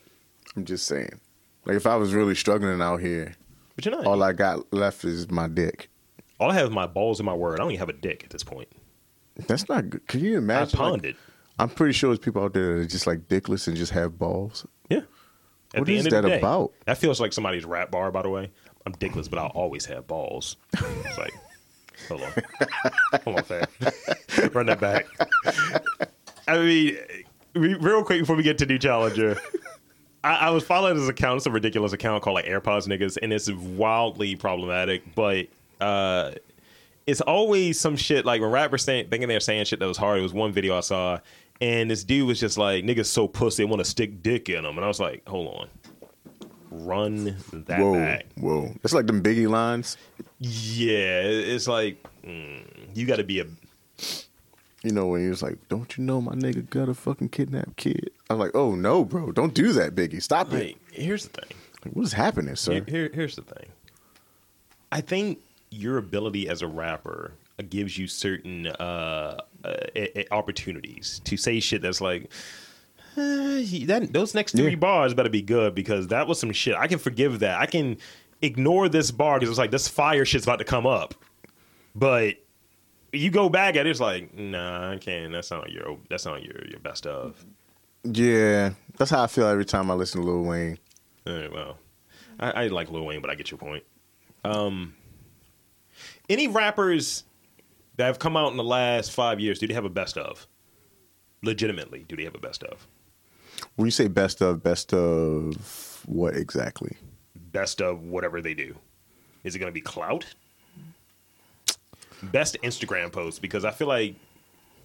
S2: I'm just saying. Like if I was really struggling out here,
S1: But you're not.
S2: all I got left is my dick.
S1: all I have is my balls and my word. I don't even have a dick at this point.
S2: That's not good. Can you
S1: I
S2: imagine? like,
S1: pawned it.
S2: I'm pretty sure there's people out there that are just like dickless and just have balls.
S1: Yeah.
S2: What is that about?
S1: That feels like somebody's rap bar, by the way. I'm dickless, but I'll always have balls. It's like, hold
S2: [LAUGHS]
S1: on. hold on, fam. Run that back. I mean, we, real quick before we get to New Challenger. I, I was following this account. It's a ridiculous account called like AirPods Niggas, and it's wildly problematic, but uh, it's always some shit like when rappers saying, thinking they're saying shit that was hard. It was one video I saw, and this dude was just like, niggas so pussy, they want to stick dick in them. And I was like, hold on. Run that
S2: whoa,
S1: back.
S2: whoa. That's like them Biggie lines.
S1: Yeah, it- it's like, mm, you got to be a.
S2: You know when he was like, "Don't you know my nigga got a fucking kidnapped kid?" I'm like, "Oh no, bro, don't do that, Biggie. Stop it.
S1: Like, here's the thing.
S2: Like, what is happening,
S1: Here,
S2: sir?
S1: here- here's the thing. I think your ability as a rapper gives you certain uh, uh, eh, eh, opportunities to say shit that's like. "Eh, that, those next three
S2: Yeah.
S1: bars better be good because that was some shit. I can forgive that. I can ignore this bar because it's like this fire shit's about to come up. But you go back at it, it's like, nah, I can't. That's not your. That's not your your best of.
S2: Yeah, that's how I feel every time I listen to Lil Wayne.
S1: All right, well, I, I like Lil Wayne, but I get your point. Um, any rappers that have come out in the last five years, do they have a best of? Legitimately, do they have a best of?
S2: When you say best of, best of what exactly?
S1: Best of whatever they do. Is it going to be clout? best Instagram post because I feel like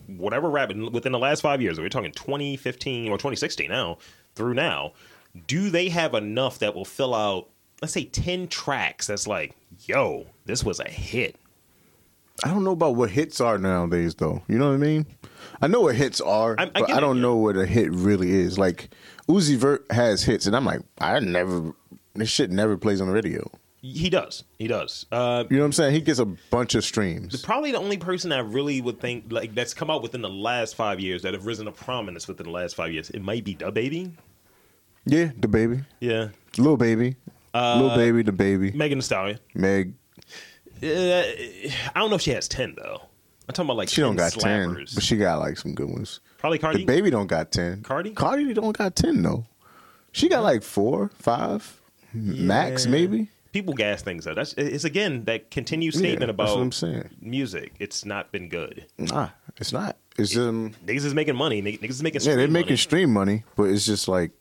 S1: whatever rabbit within the last five years, we're talking 2015 or 2016 now through now, do they have enough that will fill out, let's say, 10 tracks that's like, yo, this was a hit?
S2: I don't know about what hits are nowadays, though. You know what I mean? I know what hits are,
S1: I- I
S2: but
S1: get
S2: I
S1: it,
S2: don't
S1: yeah.
S2: know what a hit really is. Like Uzi Vert has hits, and I'm like, I never. This shit never plays on the radio.
S1: He does. He does. Uh,
S2: You know what I'm saying? He gets a bunch of streams.
S1: probably the only person I really would think like that's come out within the last five years that have risen to prominence within the last five years. It might be Da Baby.
S2: Yeah, the baby,
S1: Yeah.
S2: little baby,
S1: Uh,
S2: little baby, the baby,
S1: Megan Thee Stallion.
S2: Meg.
S1: Uh, I don't know if she has 10, though. I'm talking about like
S2: She
S1: 10
S2: don't got ten,
S1: slappers.
S2: but she got like some good ones.
S1: Probably Cardi.
S2: The baby don't got ten.
S1: Cardi?
S2: Cardi don't got ten though. She got like four, five, m- max
S1: Yeah.
S2: maybe.
S1: People gas things up. That's it's again that continued statement
S2: Yeah,
S1: about
S2: that's what I'm saying.
S1: music. It's not been good.
S2: Nah, it's not. It's um.
S1: Niggas is making money. Niggas is making
S2: Yeah, they're
S1: stream
S2: making
S1: money.
S2: stream money, but it's just like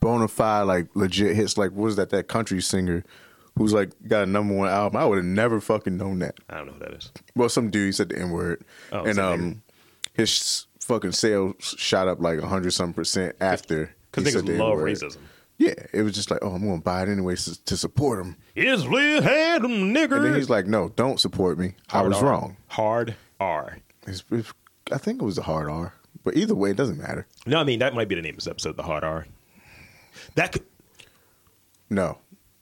S2: bona fide, like legit hits. Like what is that? That country singer who's like got a number one album. I would have never fucking known that.
S1: I don't know who that is.
S2: Well, some dude he said the n word,
S1: Oh, it's
S2: and
S1: a
S2: um, his fucking sales shot up like hundred some percent after he
S1: Because
S2: said the
S1: niggas love
S2: N-word.
S1: racism.
S2: Yeah, it was just like, oh, I'm gonna buy it anyway to, to support him.
S1: Is Lee had them niggers?
S2: And then he's like, no, don't support me.
S1: Mm.
S2: I
S1: Hard
S2: was
S1: R.
S2: wrong.
S1: Hard R.
S2: It's, it's, I think it was a hard R, but either way, it doesn't matter.
S1: No, I mean that might be the name of this episode. The hard R. That could,
S2: No,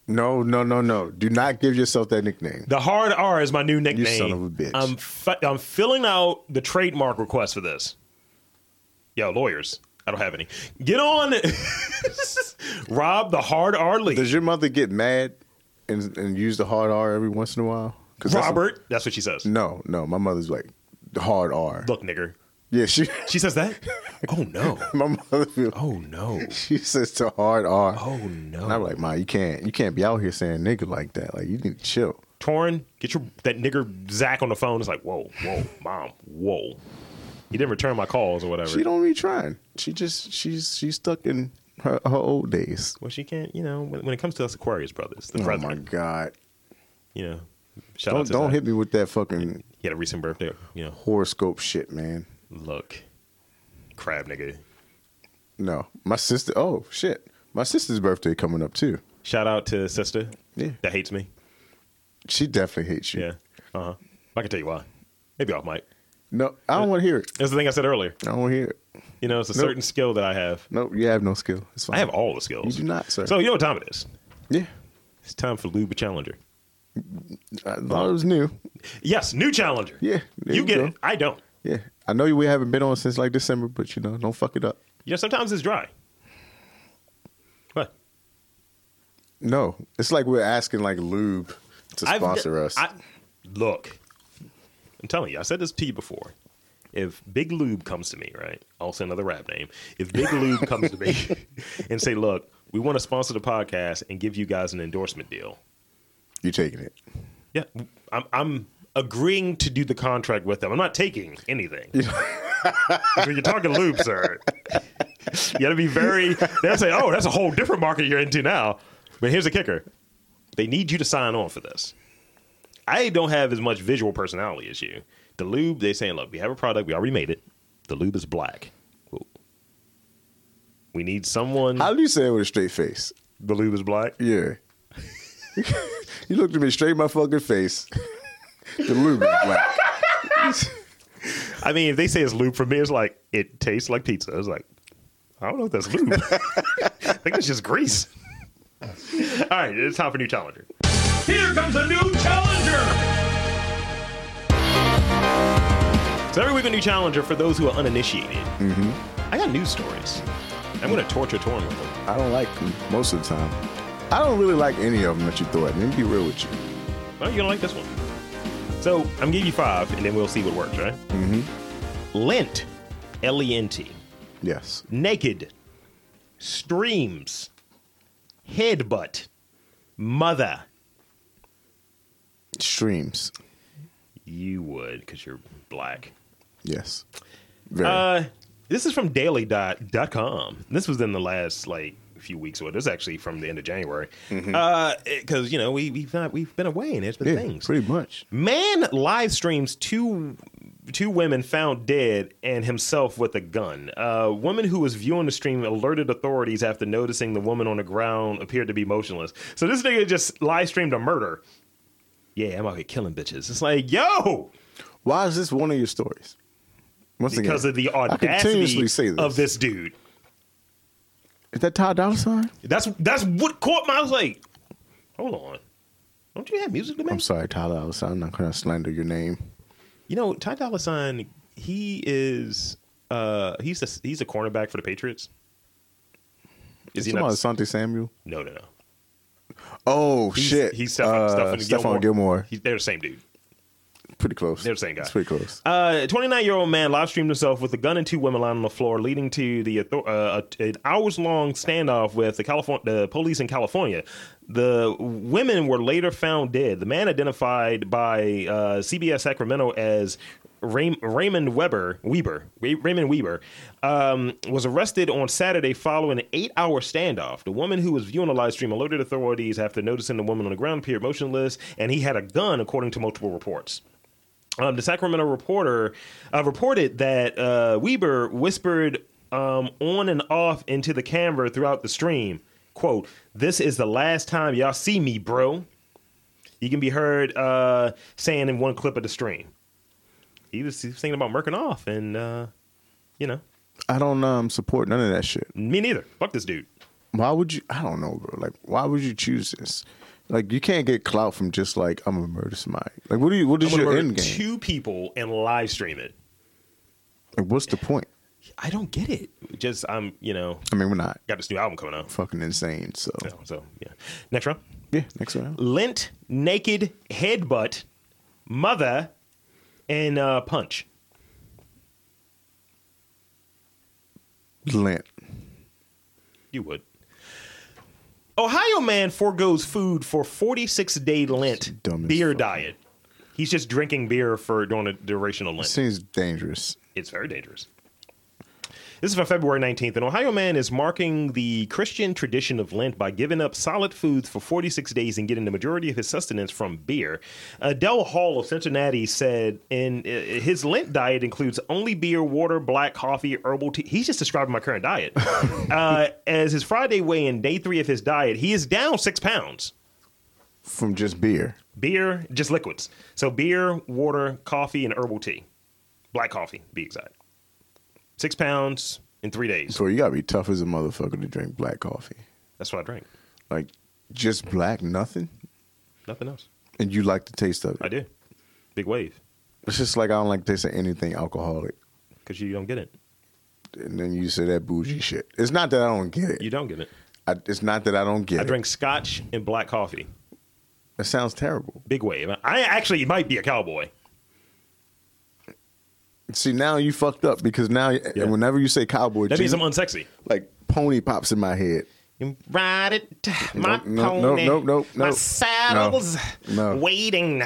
S2: no, no, no, no. Do not give yourself that nickname.
S1: the hard R is my new nickname.
S2: son of a bitch.
S1: I'm fi- I'm filling out the trademark request for this. Yo, lawyers, I don't have any. Get on, [LAUGHS] it. Rob the hard R Lee.
S2: Does your mother get mad and, and use the hard R every once in a while? 'Cause that's a-
S1: Robert. That's, what she says.
S2: no, no. My mother's like the hard R.
S1: Look, nigger.
S2: Yeah, she. [LAUGHS]
S1: She says that? Oh no.
S2: My mother. Feels,
S1: Oh no.
S2: She says the hard R.
S1: Oh no.
S2: And I'm like, ma, you can't, you can't be out here saying nigga like that. Like, you need to chill.
S1: Torin, get your that nigger Zach on the phone. It's like, whoa, whoa, mom, whoa. He didn't return my calls or whatever.
S2: She don't be trying. She just, she's, she's stuck in her, her old days.
S1: well, she can't, you know, when, when it comes to us Aquarius brothers, the
S2: Oh my
S1: president,
S2: god!
S1: you know. Shout out
S2: Don't
S1: to
S2: don't
S1: Zach.
S2: hit me with that fucking
S1: He had a recent birthday. You know,
S2: horoscope shit, man.
S1: look. Crab nigga.
S2: No, my sister. Oh shit, my sister's birthday coming up too.
S1: Shout out to sister.
S2: Yeah.
S1: That hates me.
S2: She definitely hates you.
S1: Yeah. Uh huh. I can tell you why. Maybe off mic.
S2: No, I don't want to hear it.
S1: That's the thing I said earlier.
S2: I don't want to hear it.
S1: You know, it's a
S2: Nope.
S1: certain skill that I have.
S2: No, you have no skill. It's fine.
S1: I have all the skills.
S2: You do not, sir.
S1: So you know what time it is.
S2: yeah,
S1: It's time for Luba Challenger.
S2: I thought it was new.
S1: Yes, new challenger.
S2: Yeah, there
S1: you,
S2: you
S1: get
S2: go.
S1: it. I don't.
S2: Yeah, I know you. We haven't been on since like December, but you know, don't fuck it up.
S1: You know, sometimes it's dry. What?
S2: No, it's like we're asking like lube to
S1: I've-
S2: sponsor us.
S1: I, look, I'm telling you, I said this to you before. If Big Lube comes to me, right? Also another rap name. If Big
S2: [LAUGHS]
S1: Lube comes to me [LAUGHS] and say, "Look, we want to sponsor the podcast and give you guys an endorsement deal,"
S2: You're taking it. [LAUGHS]
S1: yeah, I'm, I'm agreeing to do the contract with them. I'm not taking anything. when you're talking Lube, sir, you got to be very. They'll say, "Oh, that's a whole different market you're into now." But here's the kicker: they need you to sign on for this. I don't have as much visual personality as you. The lube, they're saying, look, we have a product, we already made it. The lube is black. Whoa. We need someone.
S2: How do you say it with a straight face?
S1: the lube is black.
S2: Yeah. [LAUGHS] you looked at me straight in my fucking face. [LAUGHS] the lube is black.
S1: I mean, if they say it's lube for me, it's like it tastes like pizza. It's like I don't know if that's lube. [LAUGHS] I think it's just grease. All right, it's time for new challenger. Here comes a new challenger. So every week a new challenger for those who are uninitiated. I got news stories. I'm going to torture Torn with them.
S2: I don't like them most of the time. I don't really like any of them that you throw at me. Let me be real with you.
S1: Well, you're gonna like this one. So I'm gonna give you five, and then we'll see what works, right? Mm-hmm. Lent, E L-E-N-T.
S2: Yes.
S1: naked, streams, headbutt, mother.
S2: Streams.
S1: You would, because you're black.
S2: Yes. Very.
S1: Uh, this is from daily.com. This was in the last, like, few weeks or it was actually from the end of January. Uh, cuz you know, we we've not, we've been away and there's been
S2: Yeah,
S1: things.
S2: pretty much.
S1: Man live streams two two women found dead and himself with a gun. A woman who was viewing the stream alerted authorities after noticing the woman on the ground appeared to be motionless. So this nigga just live streamed a murder. Yeah, I'm out here killing bitches. It's like, yo,
S2: Why is this one of your stories? Once
S1: because
S2: again,
S1: of the
S2: I continuously
S1: audacity
S2: say this.
S1: of this dude.
S2: Is that Todd Dollar Sign?
S1: That's that's what caught my I was like. Hold on, don't you have music to
S2: I'm
S1: make?
S2: sorry, Todd Dollar Sign. I'm not going to slander your name.
S1: You know, Ty Dolla Sign. He is. Uh, he's a he's a cornerback for the Patriots. Is he
S2: Come
S1: not?
S2: on, Asante Samuel?
S1: No, no, no.
S2: Oh
S1: He's,
S2: shit!
S1: He's Stephon, Stephon
S2: uh, Stephon
S1: Gilmore.
S2: Gilmore.
S1: He's, they're the same dude.
S2: Pretty close.
S1: They're the same guy.
S2: It's pretty close.
S1: A 29 year old Uh, man live streamed himself with a gun and two women lying on the floor, leading to the author- uh, an hours long standoff with the, Californ- the police in California. The women were later found dead. The man, identified by uh, CBS Sacramento as Ray- Raymond Weber, Weber, Ray- Raymond Weber, um, was arrested on Saturday following an eight-hour standoff. The woman who was viewing the live stream alerted authorities after noticing the woman on the ground appeared motionless, and he had a gun, according to multiple reports. Um, the Sacramento Reporter uh, reported that uh, Weber whispered um, on and off into the camera throughout the stream, "quote This is the last time y'all see me, bro." You can be heard uh, saying in one clip of the stream, he was, he was thinking about murking off, and uh, you know,
S2: I don't um, support none of that shit.
S1: me neither. Fuck this dude.
S2: Why would you? I don't know, bro. Like, why would you choose this? Like, you can't get clout from just like I'm gonna murder somebody. Like, what do you? What
S1: I'm
S2: is
S1: gonna
S2: your
S1: murder
S2: end game?
S1: two people and live stream it.
S2: Like, what's the point?
S1: I don't get it. Just I'm, you know,
S2: I mean, we're not
S1: got this new album coming out.
S2: fucking insane. So
S1: So, so yeah. Next round.
S2: yeah, next round.
S1: lint, naked, headbutt, mother, and uh, punch.
S2: Lent.
S1: You would. Ohio man foregoes food for 46 day Lent
S2: Dumb as
S1: beer
S2: fuck.
S1: diet. He's just drinking beer for during the duration of Lent.
S2: Seems dangerous.
S1: It's very dangerous. This is for February 19th. An Ohio man is marking the Christian tradition of Lent by giving up solid foods for 46 days and getting the majority of his sustenance from beer. Adele Hall of Cincinnati said in uh, his Lent diet includes only beer, water, black coffee, herbal tea. He's just describing my current [LAUGHS] diet. uh, as his Friday weigh in, day three of his diet, he is down six pounds
S2: From just beer.
S1: beer, just liquids. So beer, water, coffee, and herbal tea. Black coffee, be exact. Six pounds in three days.
S2: So you gotta be tough as a motherfucker to drink black coffee.
S1: That's what I drink.
S2: Like, just black nothing,
S1: Nothing else.
S2: and you like the taste of it.
S1: I do. Big wave.
S2: It's just like I don't like the taste of anything alcoholic.
S1: Because you don't get it.
S2: And then you say that bougie shit. It's not that I don't get it.
S1: You don't get it.
S2: I, it's not that I don't get
S1: I drink scotch and black coffee.
S2: it. It sounds terrible.
S1: Big wave. I actually might be a cowboy.
S2: See, now you fucked up because now,
S1: Yeah.
S2: and whenever you say cowboy,
S1: That means
S2: G,
S1: I'm unsexy.
S2: like pony pops in my head.
S1: You Ride it, my
S2: Nope, nope,
S1: pony.
S2: nope, nope,
S1: my
S2: nope.
S1: saddle's
S2: No, no.
S1: waiting.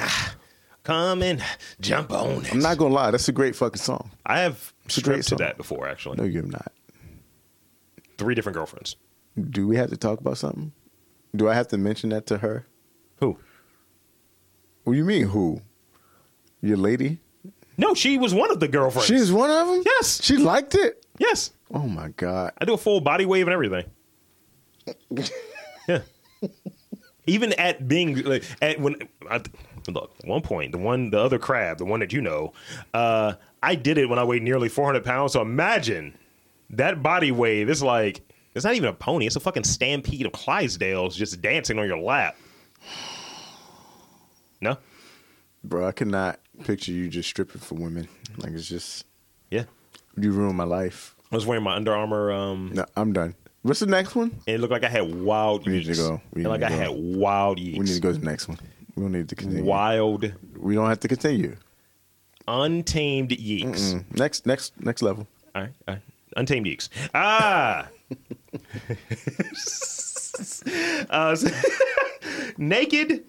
S1: Come and jump on it.
S2: I'm not gonna lie, that's a great fucking song.
S1: I have
S2: a great
S1: stripped to
S2: song.
S1: that before, actually.
S2: No, you're not.
S1: Three different girlfriends.
S2: Do we have to talk about something? Do I have to mention that to her?
S1: Who?
S2: What do you mean, who? Your lady?
S1: No, she was one of the girlfriends.
S2: She's one of them.
S1: Yes.
S2: she liked it.
S1: yes,
S2: Oh my god.
S1: I do a full body wave and everything. yeah, even at being like, at when I, look at one point the one the other crab the one that you know, uh, I did it when I weighed nearly four hundred pounds. So imagine that body wave. It's like it's not even a pony. It's a fucking stampede of Clydesdales just dancing on your lap. [SIGHS] No,
S2: Bro, I cannot picture you just stripping for women. Like it's just
S1: yeah.
S2: you ruined my life.
S1: I was wearing my Under Armour um,
S2: No, I'm done. What's the next one?
S1: and it looked like I had wild
S2: need to
S1: yeeks.
S2: go. We
S1: And
S2: need
S1: like
S2: to
S1: I
S2: go.
S1: had wild yeeks.
S2: We need to go to the next one. We don't need to continue.
S1: Wild,
S2: We don't have to continue.
S1: untamed yeeks.
S2: Mm. Next, next, next level.
S1: All right, all right. Untamed yeeks. Ah. [LAUGHS] Uh, so- [LAUGHS] naked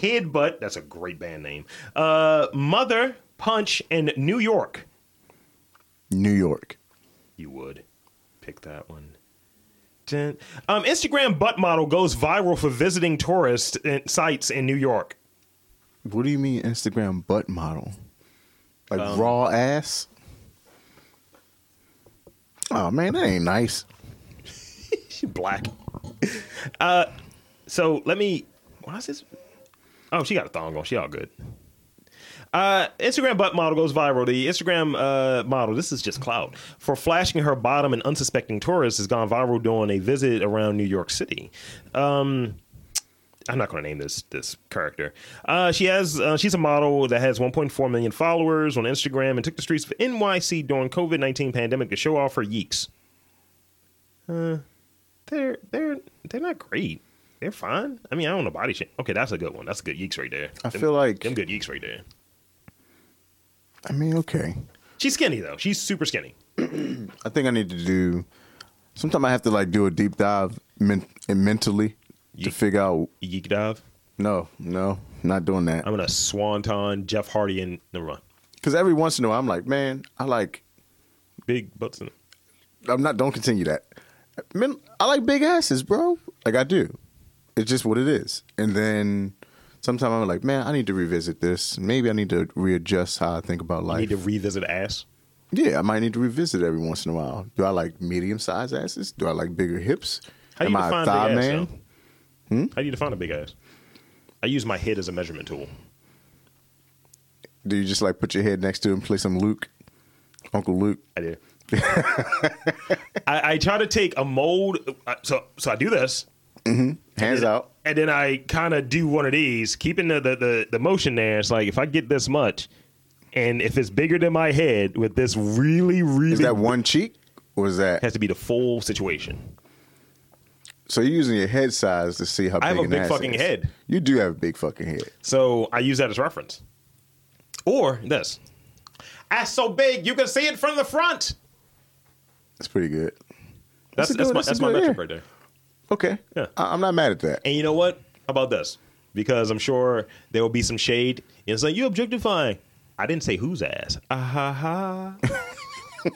S1: headbutt. That's a great band name. Uh, mother punch and New York.
S2: New York.
S1: You would pick that one. Dun. Um, Instagram butt model goes viral for visiting tourist uh, sites in New York.
S2: What do you mean Instagram butt model? Like
S1: Um,
S2: raw ass? Oh man, that ain't nice.
S1: [LAUGHS] She black. Uh, so let me. Why is this? Oh, she got a thong on. She all good. Uh, Instagram butt model goes viral. The Instagram uh, model, this is just clout, for flashing her bottom and unsuspecting tourists has gone viral during a visit around New York City. Um, I'm not going to name this this character. Uh, she has uh, she's a model that has 1.4 million followers on Instagram and took the streets of NYC during COVID 19 pandemic to show off her yeeks. Uh, they're they're they're not great. They're fine. I mean, I don't know body shit. Okay, that's a good one. That's a good yeeks right there.
S2: I
S1: Them-
S2: feel like-
S1: them good yeeks right there.
S2: I mean, okay.
S1: She's skinny though. She's super skinny.
S2: I think I need to do. Sometimes I have to like do a deep dive men- and mentally to
S1: Ye-
S2: figure out.
S1: Yeek dive.
S2: No, no, not doing that.
S1: I'm gonna swanton Jeff Hardy and never mind.
S2: Because every once in a while, I'm like, man, I like.
S1: Big butts. in-
S2: I'm not. Don't continue that. Men, I like big asses, bro. Like I do. It's just what it is. And then sometimes I'm like, man, I need to revisit this. Maybe I need to readjust how I think about
S1: I
S2: life.
S1: need to revisit ass.
S2: yeah, I might need to revisit every once in a while. Do I like medium sized asses? Do I like bigger hips?
S1: How do you
S2: Am I
S1: define
S2: a thigh
S1: big
S2: man? Hmm?
S1: ass? Though? How do you define a big ass? I use my head as a measurement tool.
S2: Do you just like put your head next to him, play some Luke, Uncle Luke?
S1: I
S2: [LAUGHS]
S1: do. I, I try to take a mold. uh, So so I do this,
S2: Hands out.
S1: and then I kind of do one of these, keeping the, the the the motion there. It's like if I get this much, and if it's bigger than my head with this really really
S2: Is that one cheek? Or is that
S1: has to be the full situation.
S2: so? You're using your head size to see how big
S1: I have a
S2: an
S1: big
S2: ass
S1: fucking
S2: is.
S1: head.
S2: You do have a big fucking head.
S1: So I use that as reference. Or this. Ass so big you can see it from the front.
S2: That's pretty good.
S1: That's
S2: That's a
S1: that's,
S2: good-
S1: my
S2: that's a
S1: that's my
S2: good
S1: metric
S2: air.
S1: right there.
S2: Okay,
S1: Yeah.
S2: I- I'm not mad at that.
S1: And you know what? How about this? Because I'm sure there will be some shade. It's like you objectifying. I didn't say whose ass. Ah ha ha.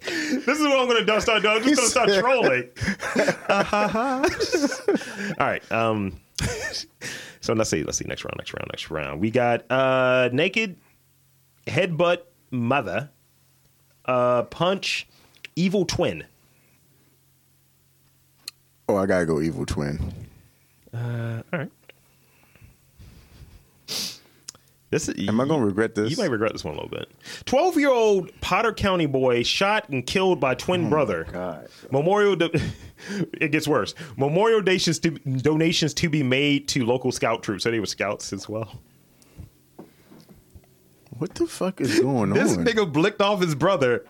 S1: this is what I'm gonna do- start doing. I'm just gonna start trolling. Ah, ha, ha. All right. Um, so let's see. Let's see. Next round. Next round. Next round. We got uh, naked headbutt mother uh, punch evil twin.
S2: Oh, I gotta go, evil twin.
S1: All right. This is,
S2: Am I gonna regret this?
S1: You might regret this one a little bit. Twelve-year-old Potter County boy shot and killed by twin brother.
S2: Oh, God.
S1: Memorial. Do- [LAUGHS] it gets worse. Memorial donations to donations to be made to local scout troops. So they were scouts as well.
S2: What the fuck is
S1: [LAUGHS]
S2: going
S1: This
S2: on?
S1: nigga blicked off his brother.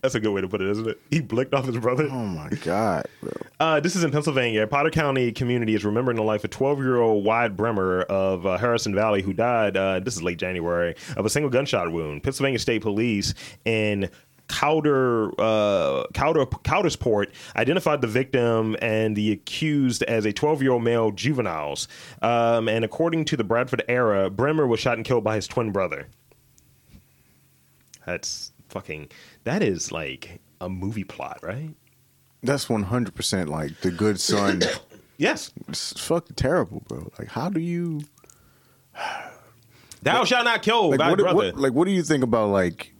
S1: That's a good way to put it, isn't it? He blicked off his brother.
S2: oh my god, bro.
S1: Uh, this is in Pennsylvania. Potter County community is remembering the life of 12 year old Wyatt Bremer of uh, Harrison Valley, who died, uh, this is late January, of a single gunshot wound. Pennsylvania State Police in Cowder, uh, Cowder, Cowdersport identified the victim and the accused as a 12 year old male juveniles. Um, and according to the Bradford era, Bremer was shot and killed by his twin brother. That's fucking, that is like a movie plot, right?
S2: That's 100 percent like the
S1: [COUGHS]
S2: good son.
S1: Yes.
S2: it's fucking terrible, bro. Like, how do you?
S1: Thou shalt not kill
S2: Like
S1: thy
S2: what,
S1: brother.
S2: what? Like, what do you think about like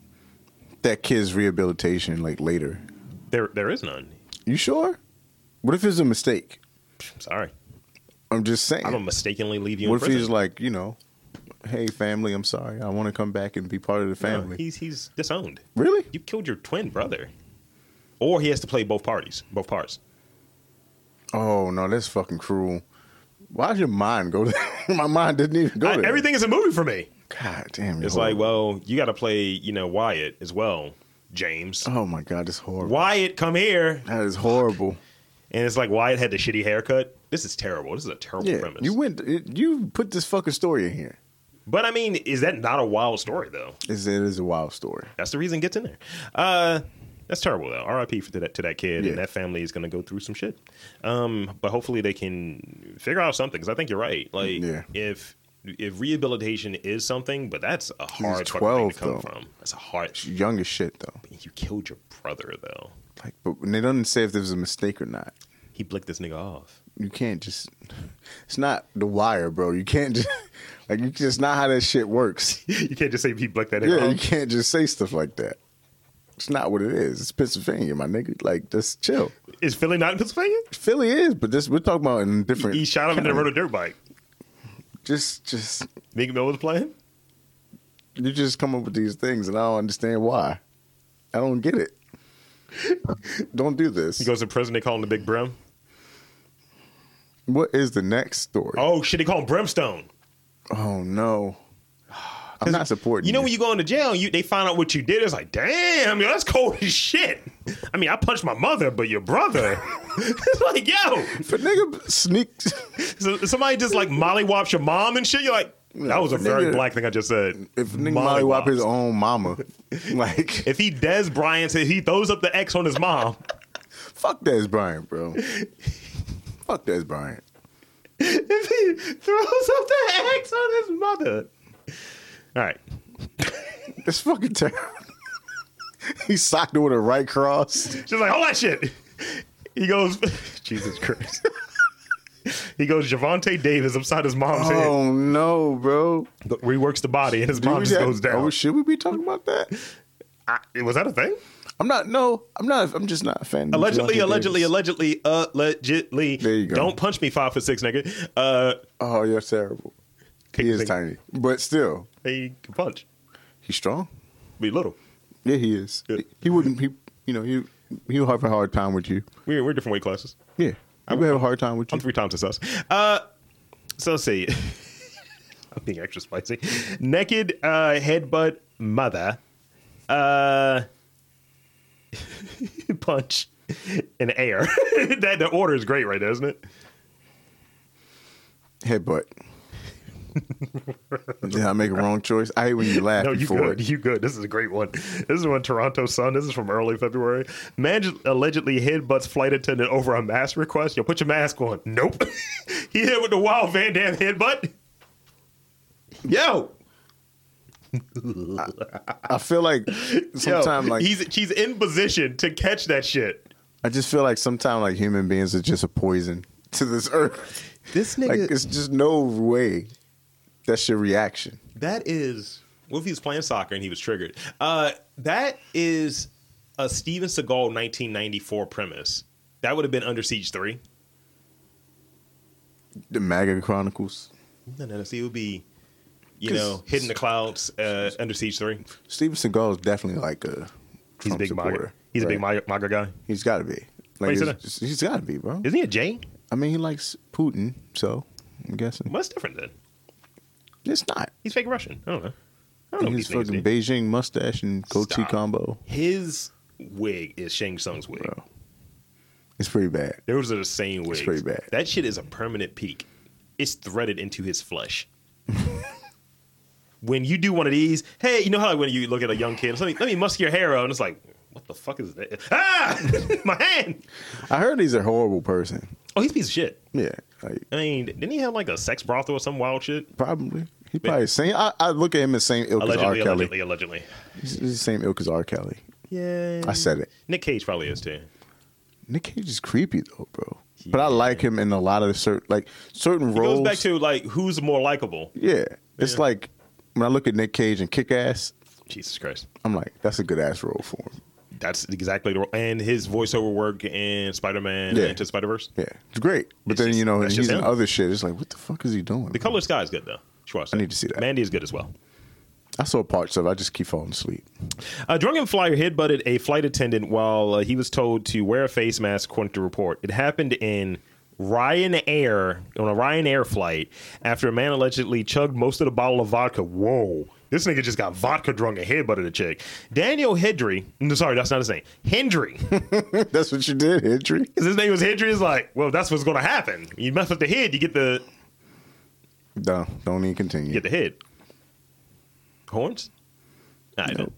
S2: that kid's rehabilitation? Like later,
S1: there, there is none.
S2: you sure? What if it's a mistake?
S1: I'm sorry,
S2: I'm just saying.
S1: I'm gonna mistakenly leave you in
S2: what if
S1: prison.
S2: he's like, you know, hey family, I'm sorry, I want to come back and be part of the
S1: No,
S2: family.
S1: he's he's disowned.
S2: really?
S1: You killed your twin brother, or he has to play both parties, both parts.
S2: Oh no, that's fucking cruel. Why does your mind go there? [LAUGHS] My mind didn't even go
S1: I-
S2: there.
S1: everything is a movie for me.
S2: God damn it.
S1: It's like, well, you got to play, you know, Wyatt as well, James.
S2: Oh my god, that's horrible.
S1: Wyatt, come here,
S2: That is horrible.
S1: and it's like Wyatt had the shitty haircut. This is terrible. This is a terrible
S2: Yeah,
S1: premise.
S2: you went. It, you put this fucking story in here.
S1: but I mean, is that not a wild story though?
S2: It's, it is a wild story.
S1: That's the reason it gets in there. Uh, that's terrible though. R.I.P. for to that to that kid
S2: Yeah.
S1: and that family is going to go through some shit. Um, but hopefully they can figure out something because I think you're right. Like
S2: Yeah.
S1: if if rehabilitation is something, but that's a hard fucking thing
S2: 12,
S1: to come
S2: though.
S1: from. That's a hard.
S2: Young as shit though.
S1: You killed your brother though.
S2: Like, but when they don't say if there was a mistake or not.
S1: He blicked this nigga off.
S2: You can't just. [LAUGHS] It's not the wire, bro. You can't just [LAUGHS] like. You just not how that shit works.
S1: [LAUGHS] you can't just say he blicked that nigga
S2: Yeah, you
S1: off.
S2: can't just say stuff like that. It's not what it is. It's Pennsylvania, my nigga. Like, just chill.
S1: Is Philly not in Pennsylvania?
S2: Philly is, but this we're talking about in different.
S1: He shot him and then
S2: county.
S1: rode a dirt bike.
S2: Just, just
S1: Meek Mill was playing.
S2: you just come up with these things, and I don't understand why. I don't get it. don't do
S1: He
S2: this.
S1: goes to prison. They call him the Big Brim.
S2: What is the next story? Oh,
S1: Oh shit! They call him Brimstone.
S2: no, I'm not supporting.
S1: You know when you go into jail, you they find out what you did. It's like, damn, yo, that's cold as shit. I mean, I punched my mother, but your
S2: [LAUGHS]
S1: brother. [LAUGHS] it's like, yo,
S2: if a nigga sneaked.
S1: so, somebody just like mollywops your mom and shit. You're like, that was a very
S2: Nigga.
S1: black thing I just said.
S2: [LAUGHS] if nigga Molly wop
S1: Mollywops.
S2: his own mama, like
S1: [LAUGHS] if he Des Bryant says he throws up the X on his
S2: [LAUGHS]
S1: mom,
S2: fuck Des Bryant, bro. fuck Des Bryant.
S1: if he throws up the X on his mother. All right,
S2: It's fucking terrible. [LAUGHS] he socked her with a right
S1: [LAUGHS]
S2: cross.
S1: she's like, hold that shit. He goes, [LAUGHS] Jesus Christ. [LAUGHS] he goes, Javante Davis upside his mom's head.
S2: Oh no, bro.
S1: reworks the body and his
S2: Did
S1: mom
S2: we
S1: just
S2: have-
S1: goes down.
S2: Oh, should we be talking about that?
S1: I, was that a thing?
S2: I'm not. No, I'm not. I'm just not a fan. of
S1: Allegedly,
S2: Javante
S1: allegedly,
S2: Davis.
S1: allegedly, allegedly.
S2: There you go.
S1: Don't punch me five foot six, nigga. Uh,
S2: Oh, you're terrible. He is tiny, but still,
S1: He can punch.
S2: he's strong.
S1: Be little.
S2: Yeah, he is.
S1: Good.
S2: He wouldn't. He, you know, he he'll have a hard time with you.
S1: We're, we're different weight classes.
S2: Yeah, I would have a hard time with you.
S1: I'm three times as us. Uh, so let's see. [LAUGHS] I'm being extra spicy. Naked uh, headbutt mother. Uh, [LAUGHS] punch in air. [LAUGHS] that the order is great right there, isn't it? [LAUGHS]
S2: Headbutt. Did I make a wrong choice? I hate when you laugh
S1: No, you
S2: before.
S1: good. You good. This is a great one. This is one Toronto Sun. This is from early February. Man allegedly headbutts flight attendant over a mask request. Yo, put your mask on. Nope. [LAUGHS] he hit with the wild Van Dam headbutt. Yo,
S2: I feel like sometimes,
S1: yo,
S2: like
S1: he's she's in position to catch that shit.
S2: I just feel like sometimes, like human beings are just a poison to this earth.
S1: This
S2: Like it's just no way that's your reaction.
S1: that is. What if he was playing soccer and he was triggered? Uh, that is a Steven Seagal 1994 premise. That would have been Under Siege three.
S2: The MAGA Chronicles.
S1: No, no, no. See, it would be, you
S2: 'Cause-
S1: know, hidden in the clouds, uh, under siege three.
S2: Steven Seagal is definitely like a
S1: He's a
S2: Trump
S1: big
S2: supporter.
S1: MAGA. He's a big
S2: right?
S1: MAGA, MAGA guy.
S2: He's got to be.
S1: Wait,
S2: Like
S1: so
S2: it's- he's got to be, bro.
S1: Isn't he a J?
S2: I mean, he likes Putin, so I'm guessing
S1: What's different then?
S2: it's not.
S1: He's fake Russian. I don't know. I don't know.
S2: And
S1: What
S2: his
S1: these niggas
S2: fucking
S1: do.
S2: Beijing mustache and goatee
S1: Stop.
S2: combo.
S1: His wig is Shang Tsung's wig.
S2: Bro. It's pretty bad.
S1: Those are the same wigs.
S2: pretty bad.
S1: That shit is a permanent peak. It's threaded into his
S2: [LAUGHS]
S1: flesh. when you do one of these, hey, you know how like when you look at a young kid, let me let me musk your hair out, and it's like, what the fuck is that? Ah, [LAUGHS] my hand.
S2: I heard he's a horrible person.
S1: Oh, he's a piece of shit.
S2: Yeah, like
S1: I mean, didn't he have like a sex brothel or some wild shit?
S2: probably. He probably same. I, I look at him as same ilk as R.
S1: Allegedly,
S2: Kelly.
S1: allegedly, allegedly.
S2: He's the same ilk as R. Kelly.
S1: Yeah.
S2: I said it.
S1: Nick Cage probably is too.
S2: Nick Cage is creepy though, bro. But I like him in a lot of the certain like certain
S1: It
S2: roles.
S1: goes back to like who's more likable.
S2: yeah, it's
S1: Yeah.
S2: like when I look at Nick Cage and Kick Ass,
S1: Jesus Christ,
S2: I'm like, that's a good ass role for him.
S1: that's exactly the role. And his voiceover work in Spider Man
S2: Yeah.
S1: Into Spider Verse.
S2: Yeah, it's great. But
S1: It's
S2: then
S1: just-
S2: you know
S1: that's
S2: he's
S1: just
S2: in
S1: him.
S2: other shit. It's like, what the fuck is he doing?
S1: The Color of Sky is good though. Schwarzenegger.
S2: I need to see that.
S1: Mandy is good as well.
S2: I saw parts of. it. I just keep falling asleep. [LAUGHS]
S1: A drunken Uh, flyer headbutted a flight attendant while uh, he was told to wear a face mask, according to report. It happened in Ryanair on a Ryanair flight after a man allegedly chugged most of the bottle of vodka. Whoa. This nigga just got vodka drunk and headbutted a chick. Daniel Hendry, no, sorry, that's not his name. Hendry, [LAUGHS] because
S2: that's what you did, Hendry.
S1: his name was Hendry. Is like, well, that's what's gonna happen. You mess with the head, you get the
S2: No, don't even continue.
S1: you get the head. Horns? I don't.
S2: Nope.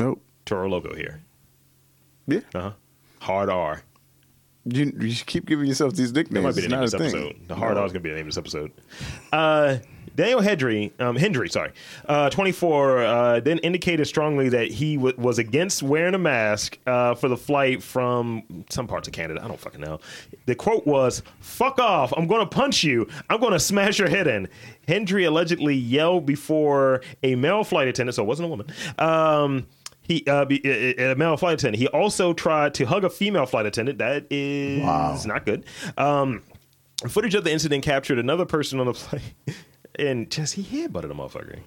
S2: Nope.
S1: Toro logo here.
S2: Yeah.
S1: Uh huh. Hard R.
S2: You, you keep giving yourself these
S1: That
S2: nicknames.
S1: might be
S2: It's
S1: the name
S2: not
S1: of this
S2: a thing.
S1: episode. The hard
S2: No.
S1: R is going to be the name of this episode. Uh, Daniel Hedry, um, Hendry, sorry, uh, 24, uh, then indicated strongly that he w- was against wearing a mask uh, for the flight from some parts of Canada. I don't fucking know. The quote was, fuck off. I'm going to punch you. I'm going to smash your head in. Hendry allegedly yelled before a male flight attendant, so it wasn't a woman. Um, he uh, be, uh, uh, a male flight attendant. He also tried to hug a female flight attendant. That is not good. Um, footage of the incident captured another person on the plane, [LAUGHS] and just he headbutted a motherfucker.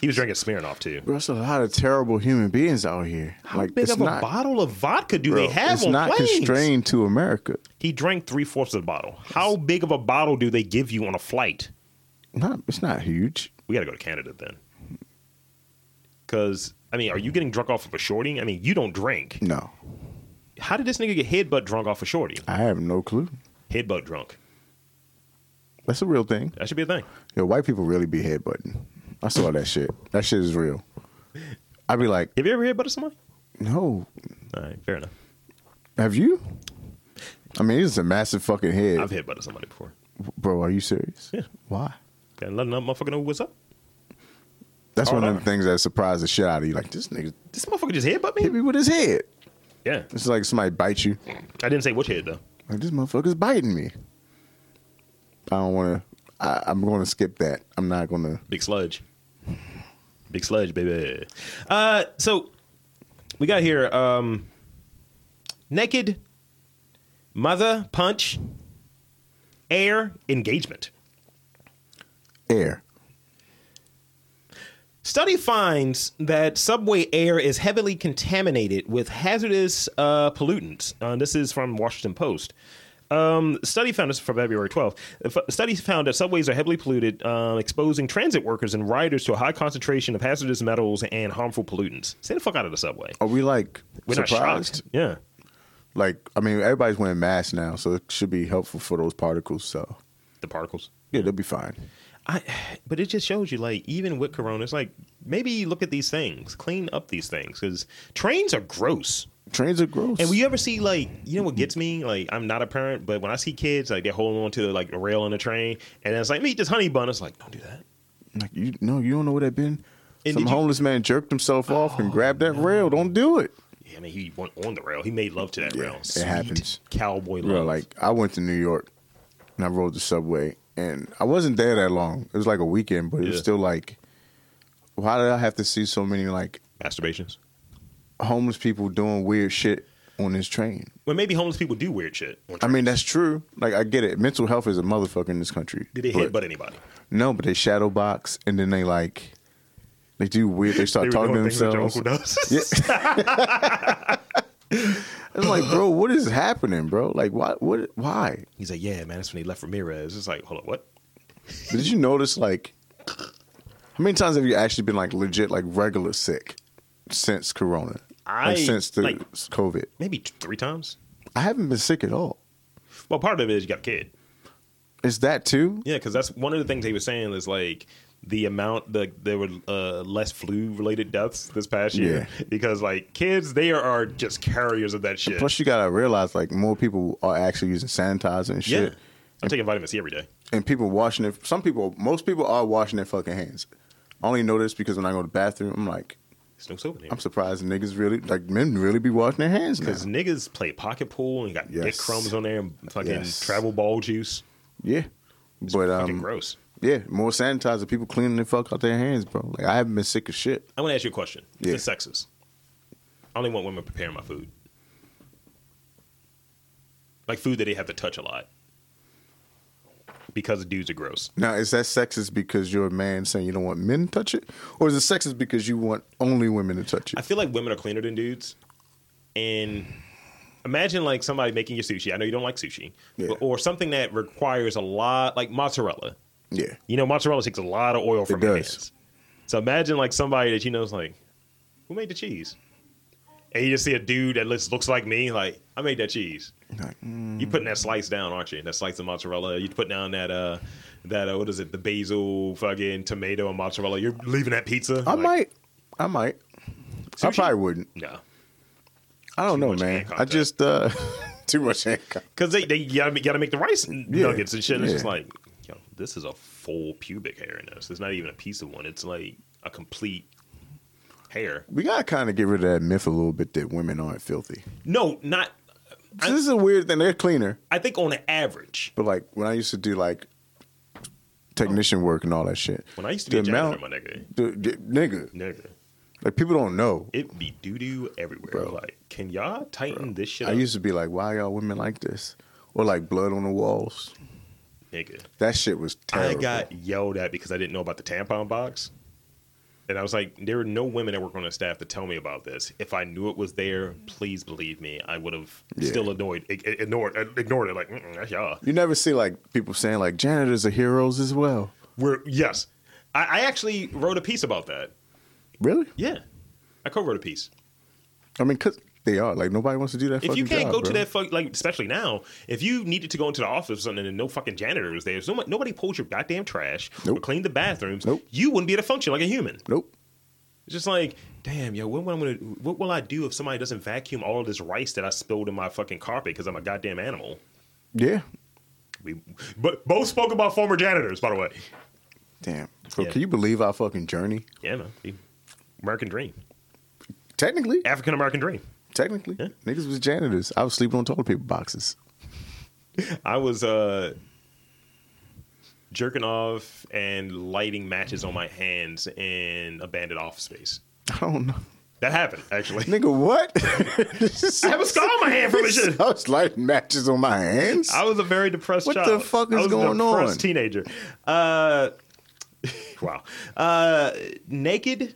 S1: He was drinking Smirnoff too.
S2: Bro, there's a lot of terrible human beings out here.
S1: How
S2: like,
S1: big
S2: it's
S1: of
S2: not,
S1: a bottle of vodka do
S2: bro,
S1: they have
S2: It's
S1: on
S2: not
S1: planes?
S2: constrained to America.
S1: He drank three fourths of the bottle. How big of a bottle do they give you on a flight?
S2: Not, it's not huge.
S1: We got to go to Canada then, because I mean, are you getting drunk off of a shorty? I mean, you don't drink.
S2: No,
S1: How did this nigga get headbutt drunk off a shorty?
S2: I have no clue.
S1: Headbutt drunk.
S2: That's a real thing.
S1: That should be a thing.
S2: Yo, white people really be headbutting. I saw that shit. That shit is real. I'd be like,
S1: Have you ever headbutted somebody?
S2: no,
S1: All right, fair enough.
S2: have you? I mean, it's a massive fucking head.
S1: I've headbutted somebody before.
S2: Bro, are you serious?
S1: Yeah.
S2: Why?
S1: Gotta let another motherfucker know what's up.
S2: That's one of
S1: Alright.
S2: the things that surprised the shit out of you. Like, this nigga
S1: This motherfucker just headbutt
S2: hit
S1: me?
S2: me with his head.
S1: Yeah.
S2: It's like somebody bites you.
S1: I didn't say which head, though.
S2: Like, this motherfucker's biting me. I don't want to. I'm going to skip that. I'm not going to.
S1: Big sludge. Big sludge, baby. Uh, so, we got here um, naked, mother, punch, air, engagement.
S2: Air.
S1: Study finds that subway air is heavily contaminated with hazardous uh, pollutants. Uh, this is from Washington Post. Um, study found this is from February 12th. F- study found that subways are heavily polluted, um, exposing transit workers and riders to a high concentration of hazardous metals and harmful pollutants. Stay the fuck out of the subway.
S2: Are we like
S1: We're not
S2: surprised?
S1: shocked. Yeah.
S2: Like, I mean, everybody's wearing masks now, so it should be helpful for those particles. So,
S1: The particles.
S2: yeah, they'll be fine.
S1: I, [SIGHS] but it just shows you, like, even with Corona, it's like maybe look at these things, clean up these things, because trains are gross.
S2: Trains are gross.
S1: And will you ever see like you know what gets me? Like I'm not a parent, but when I see kids like they're holding on to like a rail on the train, and it's like me this honey bun. It's like don't do that.
S2: like, you no, you don't know what that been.
S1: And did
S2: Some
S1: you- Oh,
S2: homeless man jerked himself off and grabbed that rail. Don't do it.
S1: Yeah, I mean he went on the rail. He made love to that
S2: Yeah,
S1: rail.
S2: it happens.
S1: Cowboy
S2: Bro,
S1: love.
S2: like I went to New York and I rode the subway and I wasn't there that long. It was like a weekend, but it was
S1: Yeah.
S2: still like why did I have to see so many like
S1: masturbations.
S2: homeless people doing weird shit on this train?
S1: Well, maybe homeless people do weird shit. on
S2: I
S1: trains.
S2: mean, that's true. Like I get it. Mental health is a motherfucker in this country.
S1: did they
S2: but,
S1: headbutt anybody?
S2: No, but they shadow box and then they like they do weird they
S1: They
S2: start
S1: were
S2: talking to
S1: doing things that your
S2: themselves.
S1: uncle does.
S2: It's like, bro, what is happening, bro? Like why what why?
S1: [LAUGHS] He's like, yeah, man, that's when they left Ramirez. It's like, hold up, what?
S2: Did you notice like how many times have you actually been like legit like regular sick since Corona?
S1: I-
S2: Like, since the
S1: like-
S2: COVID.
S1: Maybe t- three times.
S2: I haven't been sick at all.
S1: Well, part of it is you got a kid.
S2: Is that too?
S1: Yeah, because that's one of the things they were saying is like the amount the there were uh, less flu related deaths this past year because like kids they are just carriers of that shit.
S2: Plus you gotta realize like more people are actually using sanitizer and
S1: yeah,
S2: shit.
S1: I'm taking vitamin C every day.
S2: And people washing their some people most people are washing their fucking hands. I only know this because when I go to the bathroom, I'm like,
S1: There's no soap in here
S2: I'm surprised niggas really like men really be washing their hands now.
S1: because niggas play pocket pool and got dick
S2: Yes.
S1: crumbs on there and fucking
S2: Yes.
S1: travel ball juice.
S2: Yeah. But
S1: fucking
S2: um
S1: gross.
S2: yeah, more sanitizer, people cleaning the fuck out their hands, bro. Like I haven't been sick as shit.
S1: I'm gonna ask you a question.
S2: Yeah.
S1: It's sexist. I only want women preparing my food, like food that they have to touch a lot because dudes are gross.
S2: Now, is that sexist because you're a man saying you don't want men to touch it? Or is it sexist because you want only women to touch
S1: I
S2: it?
S1: feel like women are cleaner than dudes. And imagine like somebody making your sushi. I know you don't like sushi,
S2: Yeah.
S1: but, or something that requires a lot, like mozzarella.
S2: Yeah.
S1: You know, mozzarella takes a lot of oil from
S2: It
S1: your
S2: does.
S1: hands. So imagine like somebody that you know is like, who made the cheese? And you just see a dude that looks, looks like me, like, I made that cheese.
S2: Like, mm,
S1: you putting that slice down, aren't you? That slice of mozzarella. you put down that, uh, that uh, what is it, the basil, fucking tomato, and mozzarella. You're leaving that pizza.
S2: I
S1: Like,
S2: might. I might. I
S1: Sushi?
S2: probably wouldn't.
S1: No.
S2: I don't know,
S1: much hand
S2: man. I
S1: contact.
S2: just, uh, [LAUGHS] too much hand contact.
S1: because they, they gotta, gotta make the rice nuggets and shit. It's
S2: Yeah.
S1: just like, yo, this is a full pubic hair in this. It's not even a piece of one. It's like a complete hair.
S2: We gotta kind of get rid of that myth a little bit that women aren't filthy.
S1: No, not.
S2: So this is a weird thing. They're cleaner,
S1: I think on the average,
S2: but like when I used to do like technician work and all that shit.
S1: when I used to be a
S2: The
S1: janitor,
S2: amount-
S1: my nigga,
S2: the- the- nigga,
S1: nigga,
S2: like people don't know.
S1: it be doo doo everywhere.
S2: Bro.
S1: Like, can y'all tighten this shit
S2: I
S1: up,
S2: used to be like, why y'all women like this? Or like blood on the walls.
S1: nigga?
S2: That shit was terrible.
S1: I got yelled at because I didn't know about the tampon box. And I was like, there are no women that work on the staff to tell me about this. If I knew it was there, please believe me, I would have
S2: Yeah.
S1: still annoyed, ig- ig- ignored, uh, ignored it. Like, Mm-mm, that's y'all.
S2: You never see like people saying like janitors are heroes as well.
S1: We're yes. I, I actually wrote a piece about that.
S2: Really?
S1: Yeah, I co-wrote a piece.
S2: I mean, cause they are like nobody wants to do that.
S1: if you
S2: fucking
S1: can't
S2: job,
S1: go to
S2: bro.
S1: that fuck, like especially now, if you needed to go into the office or something and no fucking janitor was there, so mo- nobody pulled your goddamn trash or
S2: Nope.
S1: cleaned the bathrooms,
S2: Nope.
S1: you wouldn't be able to function like a human.
S2: nope.
S1: It's just like, damn, yo, what, what, I'm gonna, what will I do if somebody doesn't vacuum all of this rice that I spilled in my fucking carpet because I'm a goddamn animal?
S2: Yeah.
S1: We, but both spoke about former janitors, by the way.
S2: Damn. Bro,
S1: Yeah.
S2: Can you believe our fucking journey?
S1: Yeah, man. the American dream,
S2: Technically,
S1: African American dream.
S2: technically,
S1: Yeah.
S2: niggas was janitors. I was sleeping on toilet paper boxes. [LAUGHS]
S1: I was uh, jerking off and lighting matches on my hands in abandoned office space.
S2: I don't know,
S1: That happened
S2: [LAUGHS]
S1: actually.
S2: nigga. What?
S1: I have a scar on my hand from
S2: [LAUGHS]
S1: it. shit.
S2: I was lighting matches on my hands.
S1: I was a very depressed
S2: What the
S1: child.
S2: fuck
S1: I
S2: is
S1: was
S2: going
S1: a depressed
S2: on?
S1: Teenager. Uh, [LAUGHS] wow. Uh, naked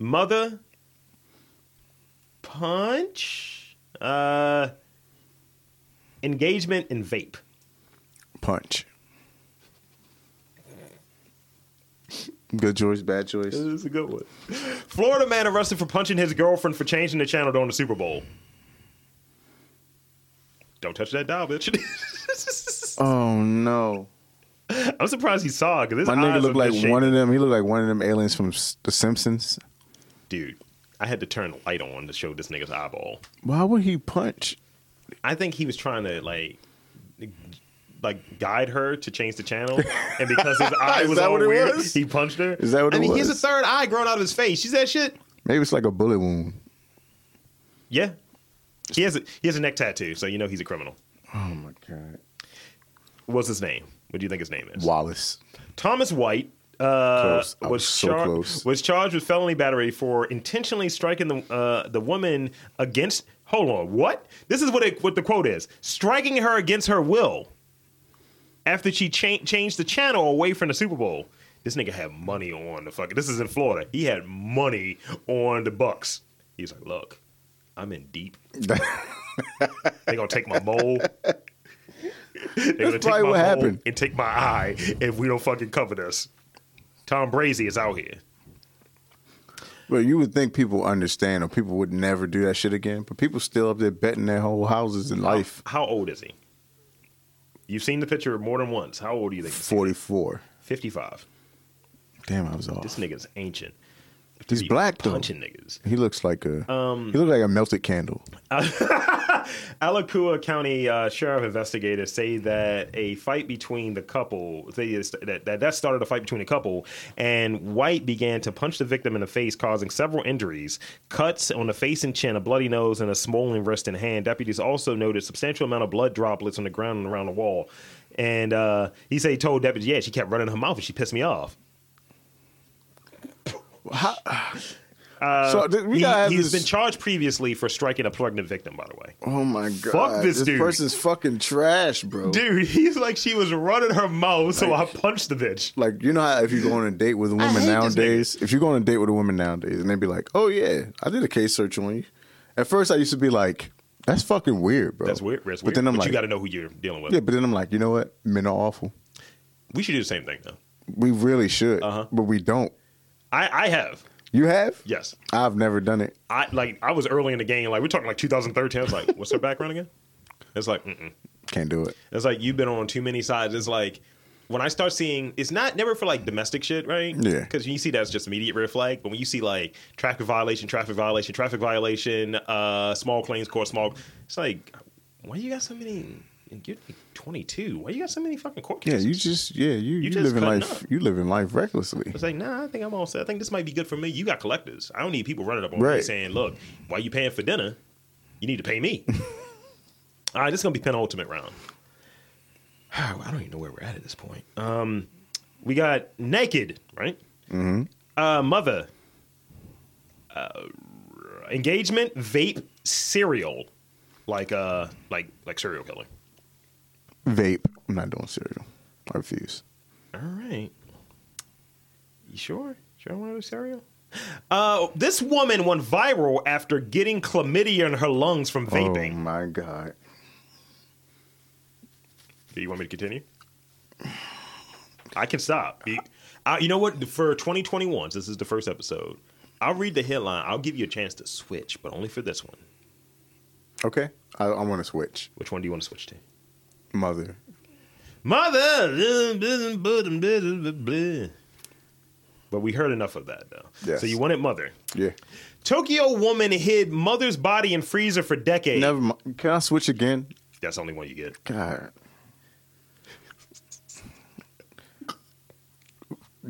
S1: mother punch. Uh, engagement and vape.
S2: Punch. Good choice, bad choice.
S1: This is a good one. Florida man arrested for punching his girlfriend for changing the channel during the Super Bowl. Don't touch that dial, bitch. [LAUGHS]
S2: Oh no,
S1: I'm surprised he saw because his
S2: my nigga
S1: eyes
S2: looked
S1: are
S2: like
S1: just shaking.
S2: one of them. He looked like one of them aliens from S- The Simpsons.
S1: dude, I had to turn the light on to show this nigga's eyeball.
S2: Why would he punch?
S1: I think he was trying to like, like guide her to change the
S2: [LAUGHS]
S1: channel, and because his eye
S2: Is
S1: was
S2: that
S1: all
S2: what it
S1: weird,
S2: was?
S1: he punched her.
S2: Is that what
S1: I
S2: it
S1: mean, he has a
S2: was?
S1: third eye growing out of his face. She said shit.
S2: Maybe it's like a bullet wound.
S1: Yeah, he has a, he has a neck tattoo, so you know he's a criminal.
S2: Oh my god,
S1: What's his name? What do you think his name is?
S2: Wallace. [LAUGHS]
S1: Thomas White uh,
S2: Close. I
S1: was,
S2: was so
S1: char-
S2: close.
S1: was charged with felony battery for intentionally striking the uh, the woman against. Hold on, what? This is what it, what the quote is: striking her against her will after she cha- changed the channel away from the Super Bowl. This nigga had money on the fucking. This is in Florida. He had money on the Bucks. He's like, look, I'm in deep. they gonna take my mole. They're gonna
S2: probably what
S1: mole
S2: happened.
S1: And take my eye if we don't fucking cover this. Tom Brady is out here.
S2: Well, you would think people understand, or people would never do that shit again. But people still up there betting their whole houses and life.
S1: How old is he? You've seen the picture more than once. How old do you think? he's?
S2: Forty-four.
S1: Fifty-five.
S2: Damn, I was
S1: This
S2: off.
S1: nigga's ancient.
S2: He's
S1: He
S2: black though.
S1: punching niggas.
S2: He looks like a.
S1: Um,
S2: he looked like a melted candle.
S1: Alacua County uh, sheriff investigators say that a fight between the couple they, that, that that started a fight between the couple, and White began to punch the victim in the face, causing several injuries, cuts on the face and chin, a bloody nose, and a swollen wrist and hand. Deputies also noted substantial amount of blood droplets on the ground and around the wall. And uh, he said he told deputies, "Yeah, she kept running her mouth, and she pissed me off."
S2: so th-
S1: uh,
S2: we
S1: he,
S2: gotta have
S1: has
S2: this.
S1: been charged previously for striking a pregnant victim, by the way.
S2: oh my god!
S1: this dude.
S2: person's fucking trash, bro.
S1: Dude, he's like she was running her mouth, so I punched the bitch.
S2: Like you know how if you go on a date with a
S1: hate
S2: woman
S1: this
S2: nowadays, if you go on a date with a woman nowadays, and they be like, "Oh yeah, I did a case search on you." At first, I used to be like, "That's fucking weird, bro."
S1: That's weird. That's
S2: but
S1: weird.
S2: then I'm
S1: but
S2: like,
S1: you got to know who you're dealing with.
S2: "Yeah," but then I'm like, "You know what? Men are awful.
S1: We should do the same thing though.
S2: We really should,
S1: Uh-huh.
S2: but we don't."
S1: I, I have
S2: You have?
S1: yes.
S2: I've never done it.
S1: I like I was early in the game. Like we're talking like 2013. I was like, what's her background again? It's like, mm-mm.
S2: Can't do it.
S1: it's like you've been on too many sides. It's like when I start seeing, it's not never for like domestic shit, right?
S2: Yeah.
S1: Because you see that's just immediate red flag. But when you see like traffic violation, traffic violation, traffic violation, uh, small claims court, small, it's like, why you got so many? and give me 22. Why you got so many fucking court
S2: Yeah,
S1: cases?
S2: you just yeah you you,
S1: just
S2: living
S1: cutting
S2: life
S1: up.
S2: you living life recklessly.
S1: It's like, nah, I think I'm all set. I think this might be good for me. You got collectors. I don't need people running up on me
S2: Right.
S1: saying, look, why you paying for dinner? You need to pay
S2: [LAUGHS]
S1: me. all right, this is going to be penultimate round. I don't even know where we're at at this point. Um, we got Naked, right? Mm-hmm. Uh, mother. Uh, engagement, vape, cereal. Like uh like like serial killer.
S2: Vape. I'm not doing cereal. I refuse.
S1: All right. You sure? Sure, I want to do cereal? Uh, this woman went viral after getting chlamydia in her lungs from
S2: Oh
S1: vaping.
S2: my god.
S1: Do you want me to continue? I can stop. You, I, you know what? For 2021, since this is the first episode. I'll read the headline. I'll give you a chance to switch, but only for this one.
S2: Okay, I, I want to switch.
S1: Which one do you want to switch to?
S2: Mother.
S1: Mother. But we heard enough of that, though.
S2: Yes.
S1: So you wanted mother.
S2: Yeah.
S1: Tokyo woman hid mother's body in freezer for decades.
S2: Never mind. Can I switch again?
S1: That's the only one you get.
S2: God.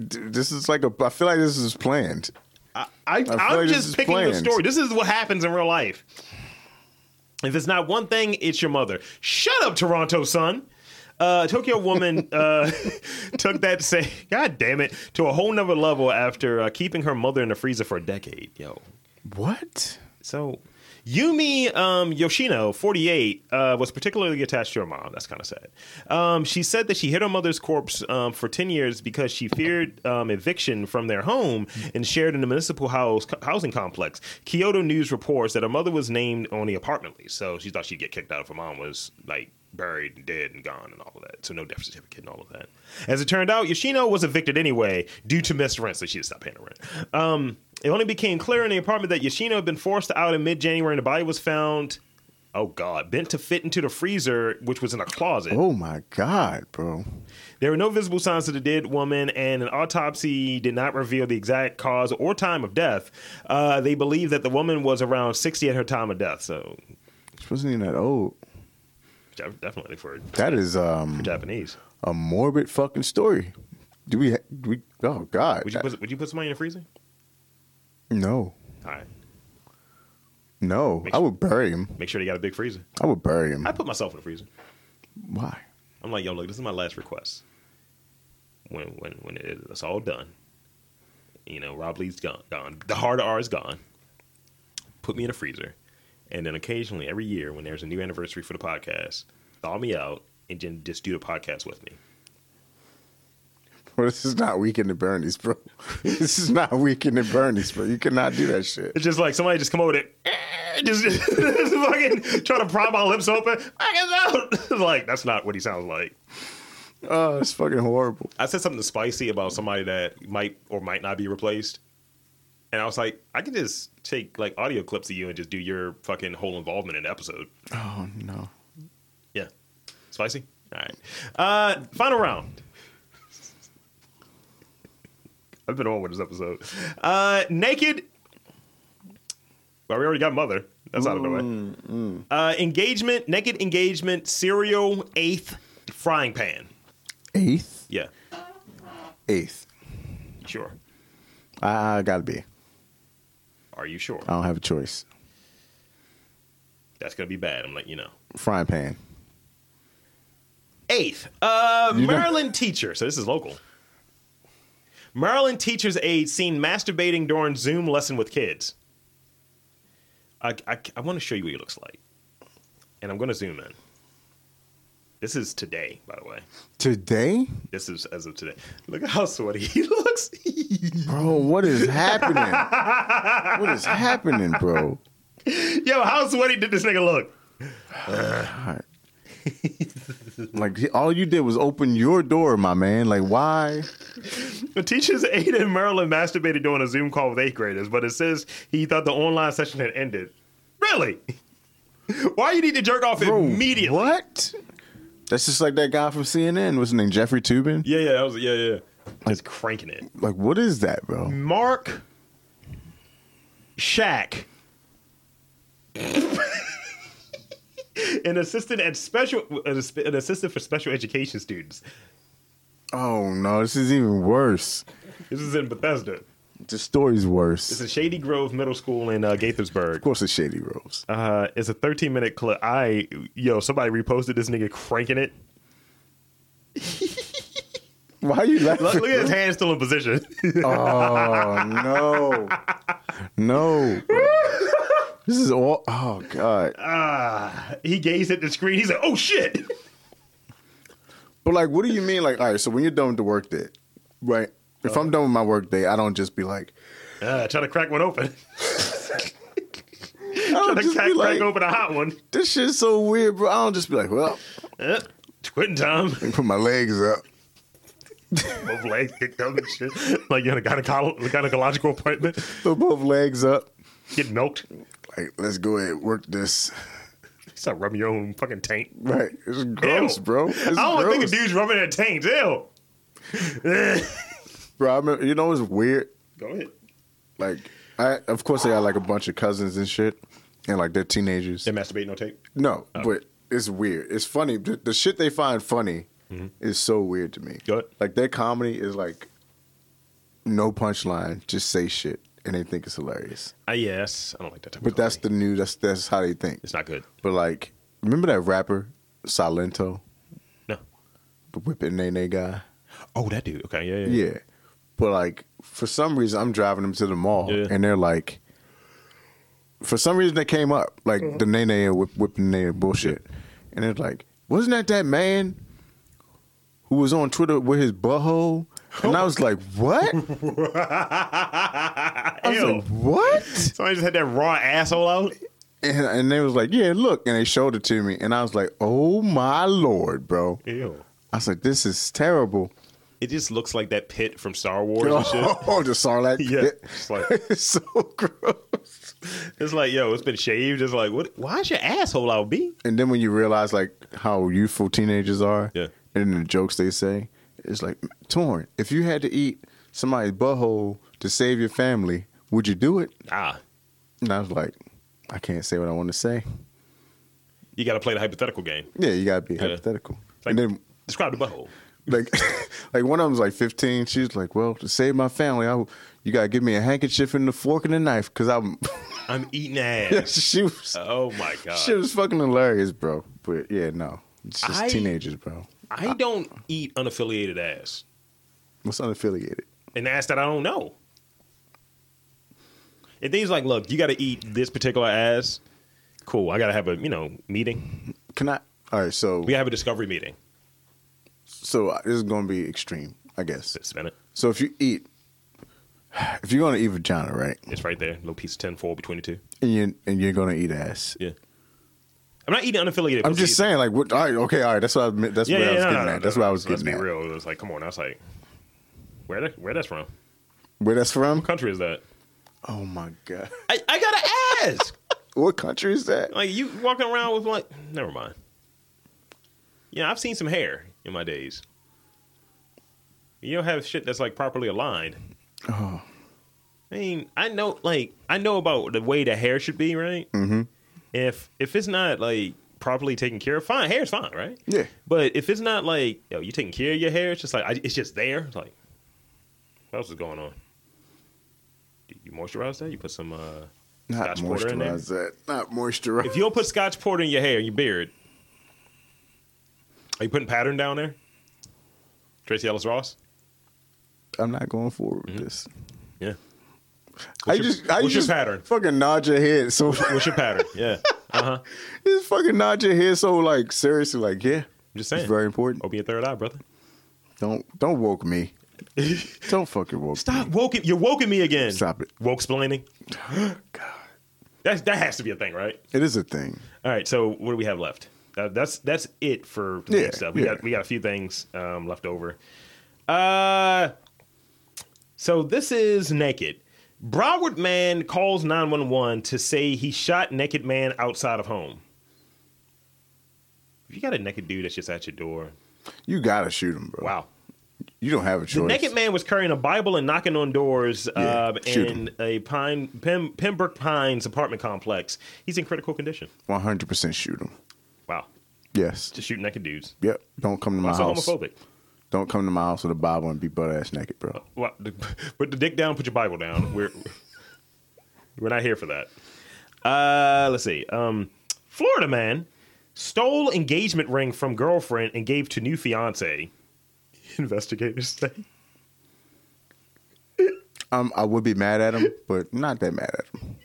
S2: D- This is like a. I feel like this is planned.
S1: I,
S2: feel
S1: I'm
S2: like this
S1: just
S2: is
S1: picking the
S2: planned.
S1: story. This is what happens in real life. If it's not one thing, it's your mother. Shut up, Toronto, son. Uh, Tokyo woman uh, [LAUGHS] took that to say, God damn it, to a whole nother level after uh, keeping her mother in the freezer for a decade. Yo,
S2: What?
S1: So Yumi um, Yoshino, 48, uh, was particularly attached to her mom. That's kind of sad. Um, she said that she hid her mother's corpse um, for 10 years because she feared um, eviction from their home and shared in a municipal house, housing complex. Kyoto News reports that her mother was named on the apartment lease, so she thought she'd get kicked out if her mom was like buried and dead and gone and all of that. So no death certificate and all of that. As it turned out, Yoshino was evicted anyway due to missed rent, so she just stopped paying her rent. Um, it only became clear in the apartment that Yoshino had been forced out in mid-January, and the body was found. Oh God! Bent to fit into the freezer, which was in a closet.
S2: Oh my god, bro.
S1: There were no visible signs of the dead woman, and an autopsy did not reveal the exact cause or time of death. Uh, they believe that the woman was around sixty at her time of death, so
S2: She wasn't even that old.
S1: def- definitely for
S2: That is um
S1: Japanese.
S2: a morbid fucking story. Do we? ha- Do we? Oh god.
S1: Would you put Would you put somebody in the freezer?
S2: no.
S1: All right,
S2: No.
S1: Make
S2: I
S1: sure-
S2: would bury him.
S1: make sure they got a big freezer.
S2: I would bury him.
S1: I put myself in the freezer.
S2: Why?
S1: I'm like, yo, look, this is my last request. When when when it, it's all done, you know, Rob Lee's gone, gone. The hard R is gone. Put me in a freezer, and then occasionally, every year, when there's a new anniversary for the podcast, thaw me out and then just do the podcast with me.
S2: Well, [LAUGHS] this is not weekend at Bernie's, bro. [LAUGHS] this is not weekend at Bernie's, bro. You cannot do that shit.
S1: It's just like somebody just come over there, eh, just, [LAUGHS] just fucking try to pry my lips open. Fuck us out. [LAUGHS] It's like that's not what he sounds like.
S2: Oh, it's fucking horrible.
S1: I said something spicy about somebody that might or might not be replaced. And I was like, I can just take like audio clips of you and just do your fucking whole involvement in the episode.
S2: Oh no.
S1: Yeah. Spicy? All right. Uh, final round. I've been on with this episode. Uh, naked. Well, we already got mother. That's out of the way. Uh, engagement, naked engagement, cereal, eighth, frying pan.
S2: Eighth.
S1: Yeah.
S2: Eighth.
S1: Sure.
S2: I gotta be.
S1: Are you sure?
S2: I don't have a choice.
S1: That's gonna be bad. I'm letting you know.
S2: Frying pan.
S1: Eighth, uh,
S2: You know-
S1: Maryland teacher. So this is local. Maryland teacher's aide seen masturbating during Zoom lesson with kids. I, I, want to show you what he looks like, and I'm going to zoom in. This is today, by the way.
S2: Today,
S1: This is as of today. Look at how sweaty he [LAUGHS] looks.
S2: bro. What is happening? what is happening, bro?
S1: Yo, how sweaty did this nigga look?
S2: God. Like he- all you did was open your door, my man. Like why?
S1: The teacher's aide in Maryland masturbated during a Zoom call with eighth graders, but it says he thought the online session had ended. Really? [LAUGHS] Why you need to jerk off
S2: Bro,
S1: immediately?
S2: What? That's just like that guy from CNN. What's his name? Jeffrey Tubin.
S1: Yeah, yeah, that was yeah, yeah. Just cranking it.
S2: Like what is that, bro?
S1: Mark Shack. [LAUGHS] an assistant at special, an asp- an assistant for special education students.
S2: Oh no, this is even worse.
S1: This is in Bethesda.
S2: The story's worse.
S1: It's in Shady Grove Middle School in uh, Gaithersburg.
S2: of course, it's Shady Rose.
S1: Uh, it's a 13 minute clip. I yo, somebody reposted this nigga cranking it.
S2: Why are you laughing?
S1: Look, look [LAUGHS] at his hand still in position.
S2: Oh no, no. This is all. Oh god.
S1: he gazed at the screen. He's like, "Oh shit!"
S2: But like, what do you mean? Like, all right. So when you're done with the work day, right? If I'm done with my work day, I don't just
S1: [LAUGHS]
S2: be like,
S1: Uh, trying to crack one [LAUGHS] open.
S2: I don't
S1: trying to
S2: just
S1: crack,
S2: be like,
S1: crack open a hot one.
S2: this shit's so weird, bro. I don't just be like, well,
S1: Uh, it's quitting time. [LAUGHS]
S2: and put my legs up.
S1: Both legs kicked up and shit. Like you're in a gyneco- gynecological appointment.
S2: Throw both legs up.
S1: Get milked.
S2: Like, let's go ahead and work this.
S1: Start rubbing your own fucking taint.
S2: Right? It's gross,
S1: Ew.
S2: bro. It's
S1: I don't wanna
S2: gross.
S1: think of dudes rubbing their taint. Ew.
S2: Bro, I remember, you know it's weird.
S1: Go ahead.
S2: Like, I of course I got like a bunch of cousins and shit, and like they're teenagers.
S1: They Oh. masturbate no tape.
S2: No, but it's weird. It's funny. The, the shit they find funny
S1: Mm-hmm.
S2: is so weird to me.
S1: Go ahead.
S2: Like their comedy is like no punchline, just say shit, and they think it's hilarious.
S1: Uh, yes, I don't like that type.
S2: But that's the new. That's that's how they think.
S1: it's not good.
S2: But like, remember that rapper Silento,
S1: No.
S2: the whipping nene guy?
S1: Oh, that dude. Okay, yeah, yeah.
S2: Yeah. But like for some reason I'm driving them to the mall
S1: Yeah.
S2: and they're like for some reason they came up like the nene and whip, whipping nene bullshit. And it's like, wasn't that that man who was on Twitter with his butthole? And I was like,
S1: [LAUGHS]
S2: what? I was
S1: Ew.
S2: like, what?
S1: Somebody just had that raw asshole out.
S2: And, and they was like, yeah, look. And they showed it to me. And I was like, oh my lord, bro.
S1: Ew.
S2: I was like, this is terrible.
S1: It just looks like that pit from Star Wars and
S2: [LAUGHS]
S1: shit.
S2: Oh, the
S1: [LAUGHS]
S2: Sarlacc.
S1: Yeah.
S2: pit.
S1: It's like
S2: it's [LAUGHS] so gross.
S1: it's like, yo, it's been shaved. It's like, what why is your asshole out, B?
S2: and then when you realize like how youthful teenagers are,
S1: Yeah.
S2: and the jokes they say, it's like torn. If you had to eat somebody's butthole to save your family, would you do it?
S1: Ah.
S2: And I was like, I can't say what I want to say.
S1: You gotta play the hypothetical game.
S2: Yeah, you gotta be
S1: Yeah.
S2: hypothetical.
S1: Like-
S2: and then
S1: Describe the butthole.
S2: like [LAUGHS] like one of them's like 15. She's like, well, to save my family, I you gotta give me a handkerchief and a fork and a knife because I'm. [LAUGHS]
S1: I'm eating ass. [LAUGHS]
S2: she was
S1: oh my god.
S2: she was fucking hilarious, bro. But yeah, no, it's just
S1: I-
S2: teenagers, bro.
S1: I don't eat unaffiliated ass.
S2: What's unaffiliated?
S1: An ass that I don't know. And things like, look, you gotta eat this particular ass. Cool. I gotta have a, you know, meeting.
S2: Can I? All right, so
S1: We have a discovery meeting.
S2: so uh, this is going to be extreme, I guess.
S1: Spin it.
S2: So if you eat, if you're going to eat vagina, right,
S1: It's right there. Little piece of tin foil between the two.
S2: and you and you're going to eat ass,
S1: Yeah. I'm not eating unaffiliated.
S2: I'm
S1: pussy
S2: just
S1: either.
S2: saying, like, what? All right, okay, all right. That's what I meant. That's
S1: Yeah,
S2: what
S1: yeah,
S2: I was
S1: no,
S2: getting
S1: no,
S2: at.
S1: no,
S2: that's
S1: no.
S2: what I was
S1: Let's
S2: getting at.
S1: be real. It was like, come on. I was like, where that, where that's from?
S2: Where that's from?
S1: What country is that?
S2: Oh my god, [LAUGHS]
S1: I, I gotta ask.
S2: what country is
S1: [LAUGHS]
S2: that?
S1: like you walking around with like, never mind. Yeah, I've seen some hair in my days. You don't have shit that's like properly aligned.
S2: Oh,
S1: I mean, I know like I know about the way the hair should be, right?
S2: Mhm.
S1: If if it's not like properly taken care of, fine, hair's fine, right?
S2: yeah.
S1: But if it's not like yo, you taking care of your hair, it's just like I, it's just there. It's like, what else is going on? You- You moisturize that? You put some. uh
S2: Not
S1: Scotch Porter in there?
S2: moisturize that. Not moisturize.
S1: If you don't put Scotch Porter in your hair, your beard, are you putting pattern down there? Tracy Ellis Ross.
S2: I'm not going forward with this.
S1: Yeah.
S2: I
S1: Mm-hmm. What's your-
S2: just, I
S1: what's your
S2: just
S1: pattern?
S2: fucking nod your
S1: [LAUGHS]
S2: head. So [LAUGHS]
S1: What's your pattern? Yeah. Uh huh.
S2: just fucking nod your head. So like seriously, like yeah,
S1: I'm just
S2: it's
S1: saying.
S2: very important.
S1: Open your third eye, brother.
S2: Don't don't
S1: [LAUGHS]
S2: woke me. don't fucking woke
S1: Stop
S2: me.
S1: woke. You're woking me again.
S2: Stop it.
S1: Woke explaining.
S2: [GASPS] God.
S1: That's that has to be a thing, right?
S2: It is a thing.
S1: All right. So what do we have left? Uh, that's that's it for the
S2: Yeah,
S1: main stuff. We
S2: yeah.
S1: got we got a few things um, left over. Uh, so this is naked. Broward man calls nine one one to say he shot naked man outside of home. If you got a naked dude that's just at your door,
S2: You gotta shoot him, bro.
S1: wow.
S2: You don't have a choice.
S1: The naked man was carrying a Bible and knocking on doors
S2: Yeah,
S1: um,
S2: shoot
S1: in a Pine Pem, Pembroke Pines apartment complex. He's in critical condition.
S2: One hundred percent shoot him.
S1: Wow.
S2: Yes.
S1: Just shooting naked dudes.
S2: Yep. Don't come to my
S1: That's
S2: house.
S1: homophobic.
S2: Don't come to my house with a Bible and be butt ass naked, bro.
S1: Well, the- [LAUGHS] put the dick down. Put your Bible down. We're we're not here for that. Uh, let's see. Um, Florida man stole engagement ring from girlfriend and gave to new fiance. [LAUGHS] Investigators say Oh.
S2: Um, I would be mad at him, but not that mad at him.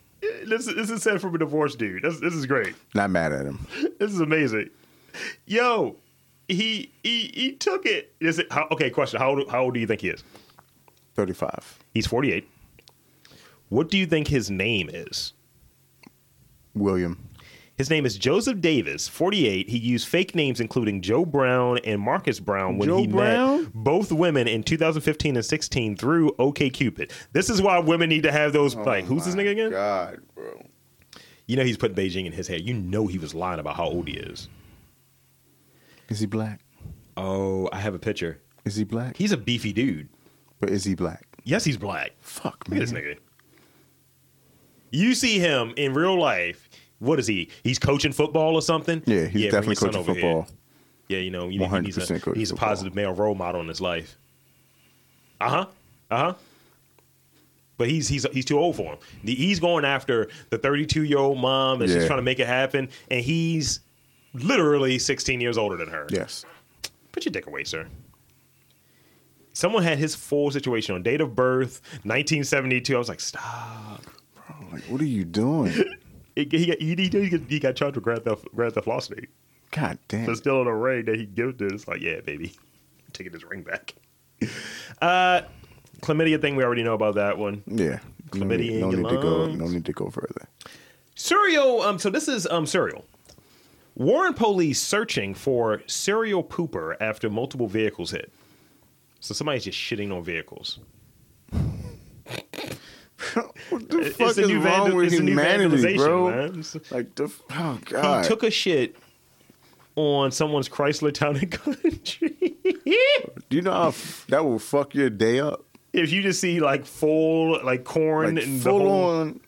S1: this is, this is said from a divorced dude. This, this is great.
S2: Not mad at him.
S1: This is amazing. Yo, he he he took it. Is it how, okay? Question: How old, how old do you think he is?
S2: Thirty five.
S1: He's forty eight. What do you think his name is?
S2: William.
S1: His name is Joseph Davis, 48. He used fake names including Joe Brown and Marcus Brown when
S2: Joe
S1: he
S2: Brown?
S1: met both women in 2015 and 16 through OKCupid. This is why women need to have those like who's this nigga again?
S2: Oh God, bro.
S1: You know he's putting Beijing in his hair. You know he was lying about how old he is.
S2: Is he black?
S1: Oh, I have a picture.
S2: Is he black?
S1: He's a beefy dude.
S2: but is he black?
S1: Yes, he's black.
S2: Fuck
S1: Look
S2: man.
S1: at this nigga. You see him in real life. What is he? He's coaching football or something?
S2: Yeah, he's
S1: bring
S2: definitely
S1: your son
S2: coaching
S1: over here.
S2: football.
S1: Yeah, you know, you need,
S2: 100%
S1: he's, a,
S2: coaching
S1: he's a
S2: football.
S1: positive male role model in his life. Uh huh. Uh huh. But he's he's he's too old for him. The- He's going after the 32 year old mom, and she's
S2: Yeah.
S1: trying to make it happen. And he's literally 16 years older than her.
S2: Yes.
S1: Put your dick away, sir. Someone had his full situation on date of birth, 1972. I was like, stop.
S2: I'm like, what are
S1: [LAUGHS]
S2: you doing?
S1: It- he, got, he, he, got- he got charged with grand theft, grand theft law state
S2: God damn.
S1: for
S2: [LAUGHS]
S1: stealing a ring that he gifted. It's like, yeah, baby, [LAUGHS] I'm taking his ring back. [LAUGHS] Uh, chlamydia thing, we already know about that one.
S2: Yeah. No
S1: Chlamydia
S2: need,
S1: in
S2: no
S1: your
S2: need to go.
S1: lungs.
S2: No need to go further.
S1: Serial. Um, so this is um serial. Warren police searching for serial pooper after multiple vehicles hit. So somebody's just shitting on vehicles.
S2: What the
S1: It-
S2: fuck is wrong
S1: vandal-
S2: with
S1: it's a new
S2: humanity,
S1: vandalization,
S2: bro?
S1: man. It's-
S2: Like the f- oh
S1: He
S2: god.
S1: took a shit on someone's Chrysler Town and [LAUGHS] Country.
S2: Do you know how f- that will fuck your day up?
S1: if you just see like full like corn
S2: Like
S1: and
S2: full
S1: the whole,
S2: on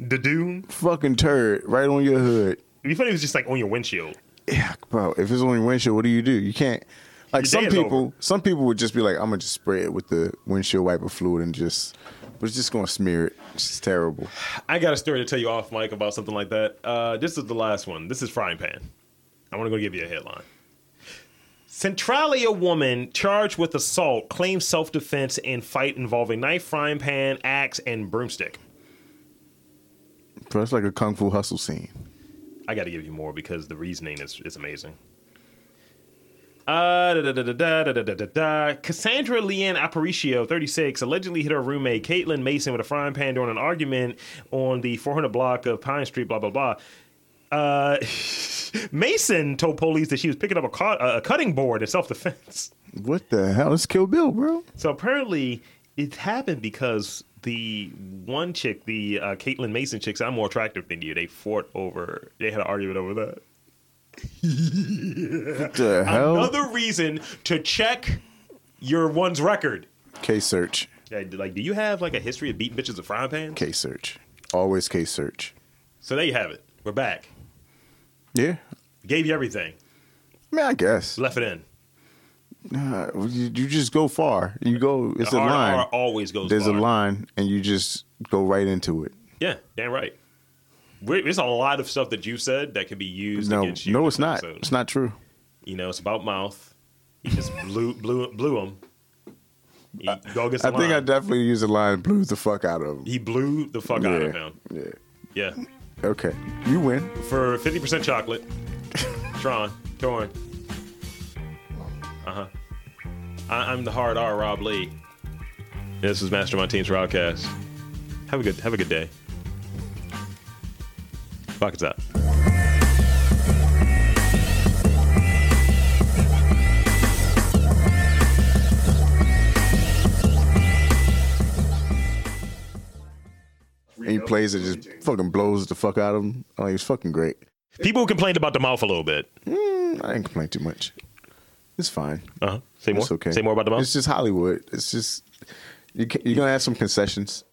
S1: the doom.
S2: fucking turd right on your hood.
S1: It'd be funny if it was just like on your windshield.
S2: Yeah, bro. If it's on your windshield, what do you do? You can't. Like
S1: Your
S2: some
S1: day is
S2: people,
S1: over.
S2: some people would just be like, "I'm gonna just spray it with the windshield wiper fluid and just, but it's just gonna smear it. It's just terrible."
S1: I got a story to tell you off mic about something like that. Uh, this is the last one. This is frying pan. I want to go give you a headline. Centralia woman charged with assault claims self defense in fight involving knife, frying pan, axe, and broomstick.
S2: Bro, it's like a kung fu hustle scene.
S1: I got to give you more because the reasoning is, is amazing. Uh, da, da, da, da, da, da, da, da, da. Cassandra Leanne Aparicio, 36, allegedly hit her roommate Caitlin Mason with a frying pan during an argument on the 400 block of Pine Street, blah, blah, blah. Uh, [LAUGHS] Mason told police that she was picking up a, cut a cutting board in self defense.
S2: What the hell? It's Kill Bill, bro.
S1: [LAUGHS] So apparently, it happened because the one chick, the uh, Caitlin Mason chick, said, "I'm more attractive than you." They fought over. They had an argument over that.
S2: What the hell?
S1: Another reason to check your one's record.
S2: Case search.
S1: Yeah, Like, do you have like a history of beating bitches with frying pans?
S2: Case search. Always case search.
S1: So there you have it. We're back.
S2: Yeah.
S1: Gave you everything.
S2: I mean, I guess.
S1: Left it in.
S2: Nah, you, you just go far. You go. It's a
S1: R&R
S2: line.
S1: always goes.
S2: There's
S1: far.
S2: a line, and you just go right into it.
S1: Yeah, damn right. Wait, There's a lot of stuff that you said that could be used
S2: No,
S1: against you. in
S2: no,
S1: this
S2: it's not.
S1: episode.
S2: It's not true.
S1: You know, it's about mouth. He just blew [LAUGHS] blew blew him. He, go against
S2: I
S1: the
S2: think I
S1: line.
S2: definitely used a line and blew the fuck out of him.
S1: he blew the fuck out of him.
S2: Yeah.
S1: Yeah.
S2: Okay. You win.
S1: For fifty percent chocolate. Tron, Torn. Uh huh. Uh-huh. I'm the hard R, Rob Lee. This is Mastermind Team's broadcast. Have a good have a good day. Buckets up.
S2: And he plays it, just fucking blows the fuck out of him. Like, it's fucking great.
S1: People who complained about the mouth a little bit.
S2: Mm, I didn't complain too much. It's fine.
S1: Uh huh. Say more.
S2: It's okay.
S1: Say more about the mouth.
S2: It's just Hollywood. It's just, you can, you're going to have some concessions.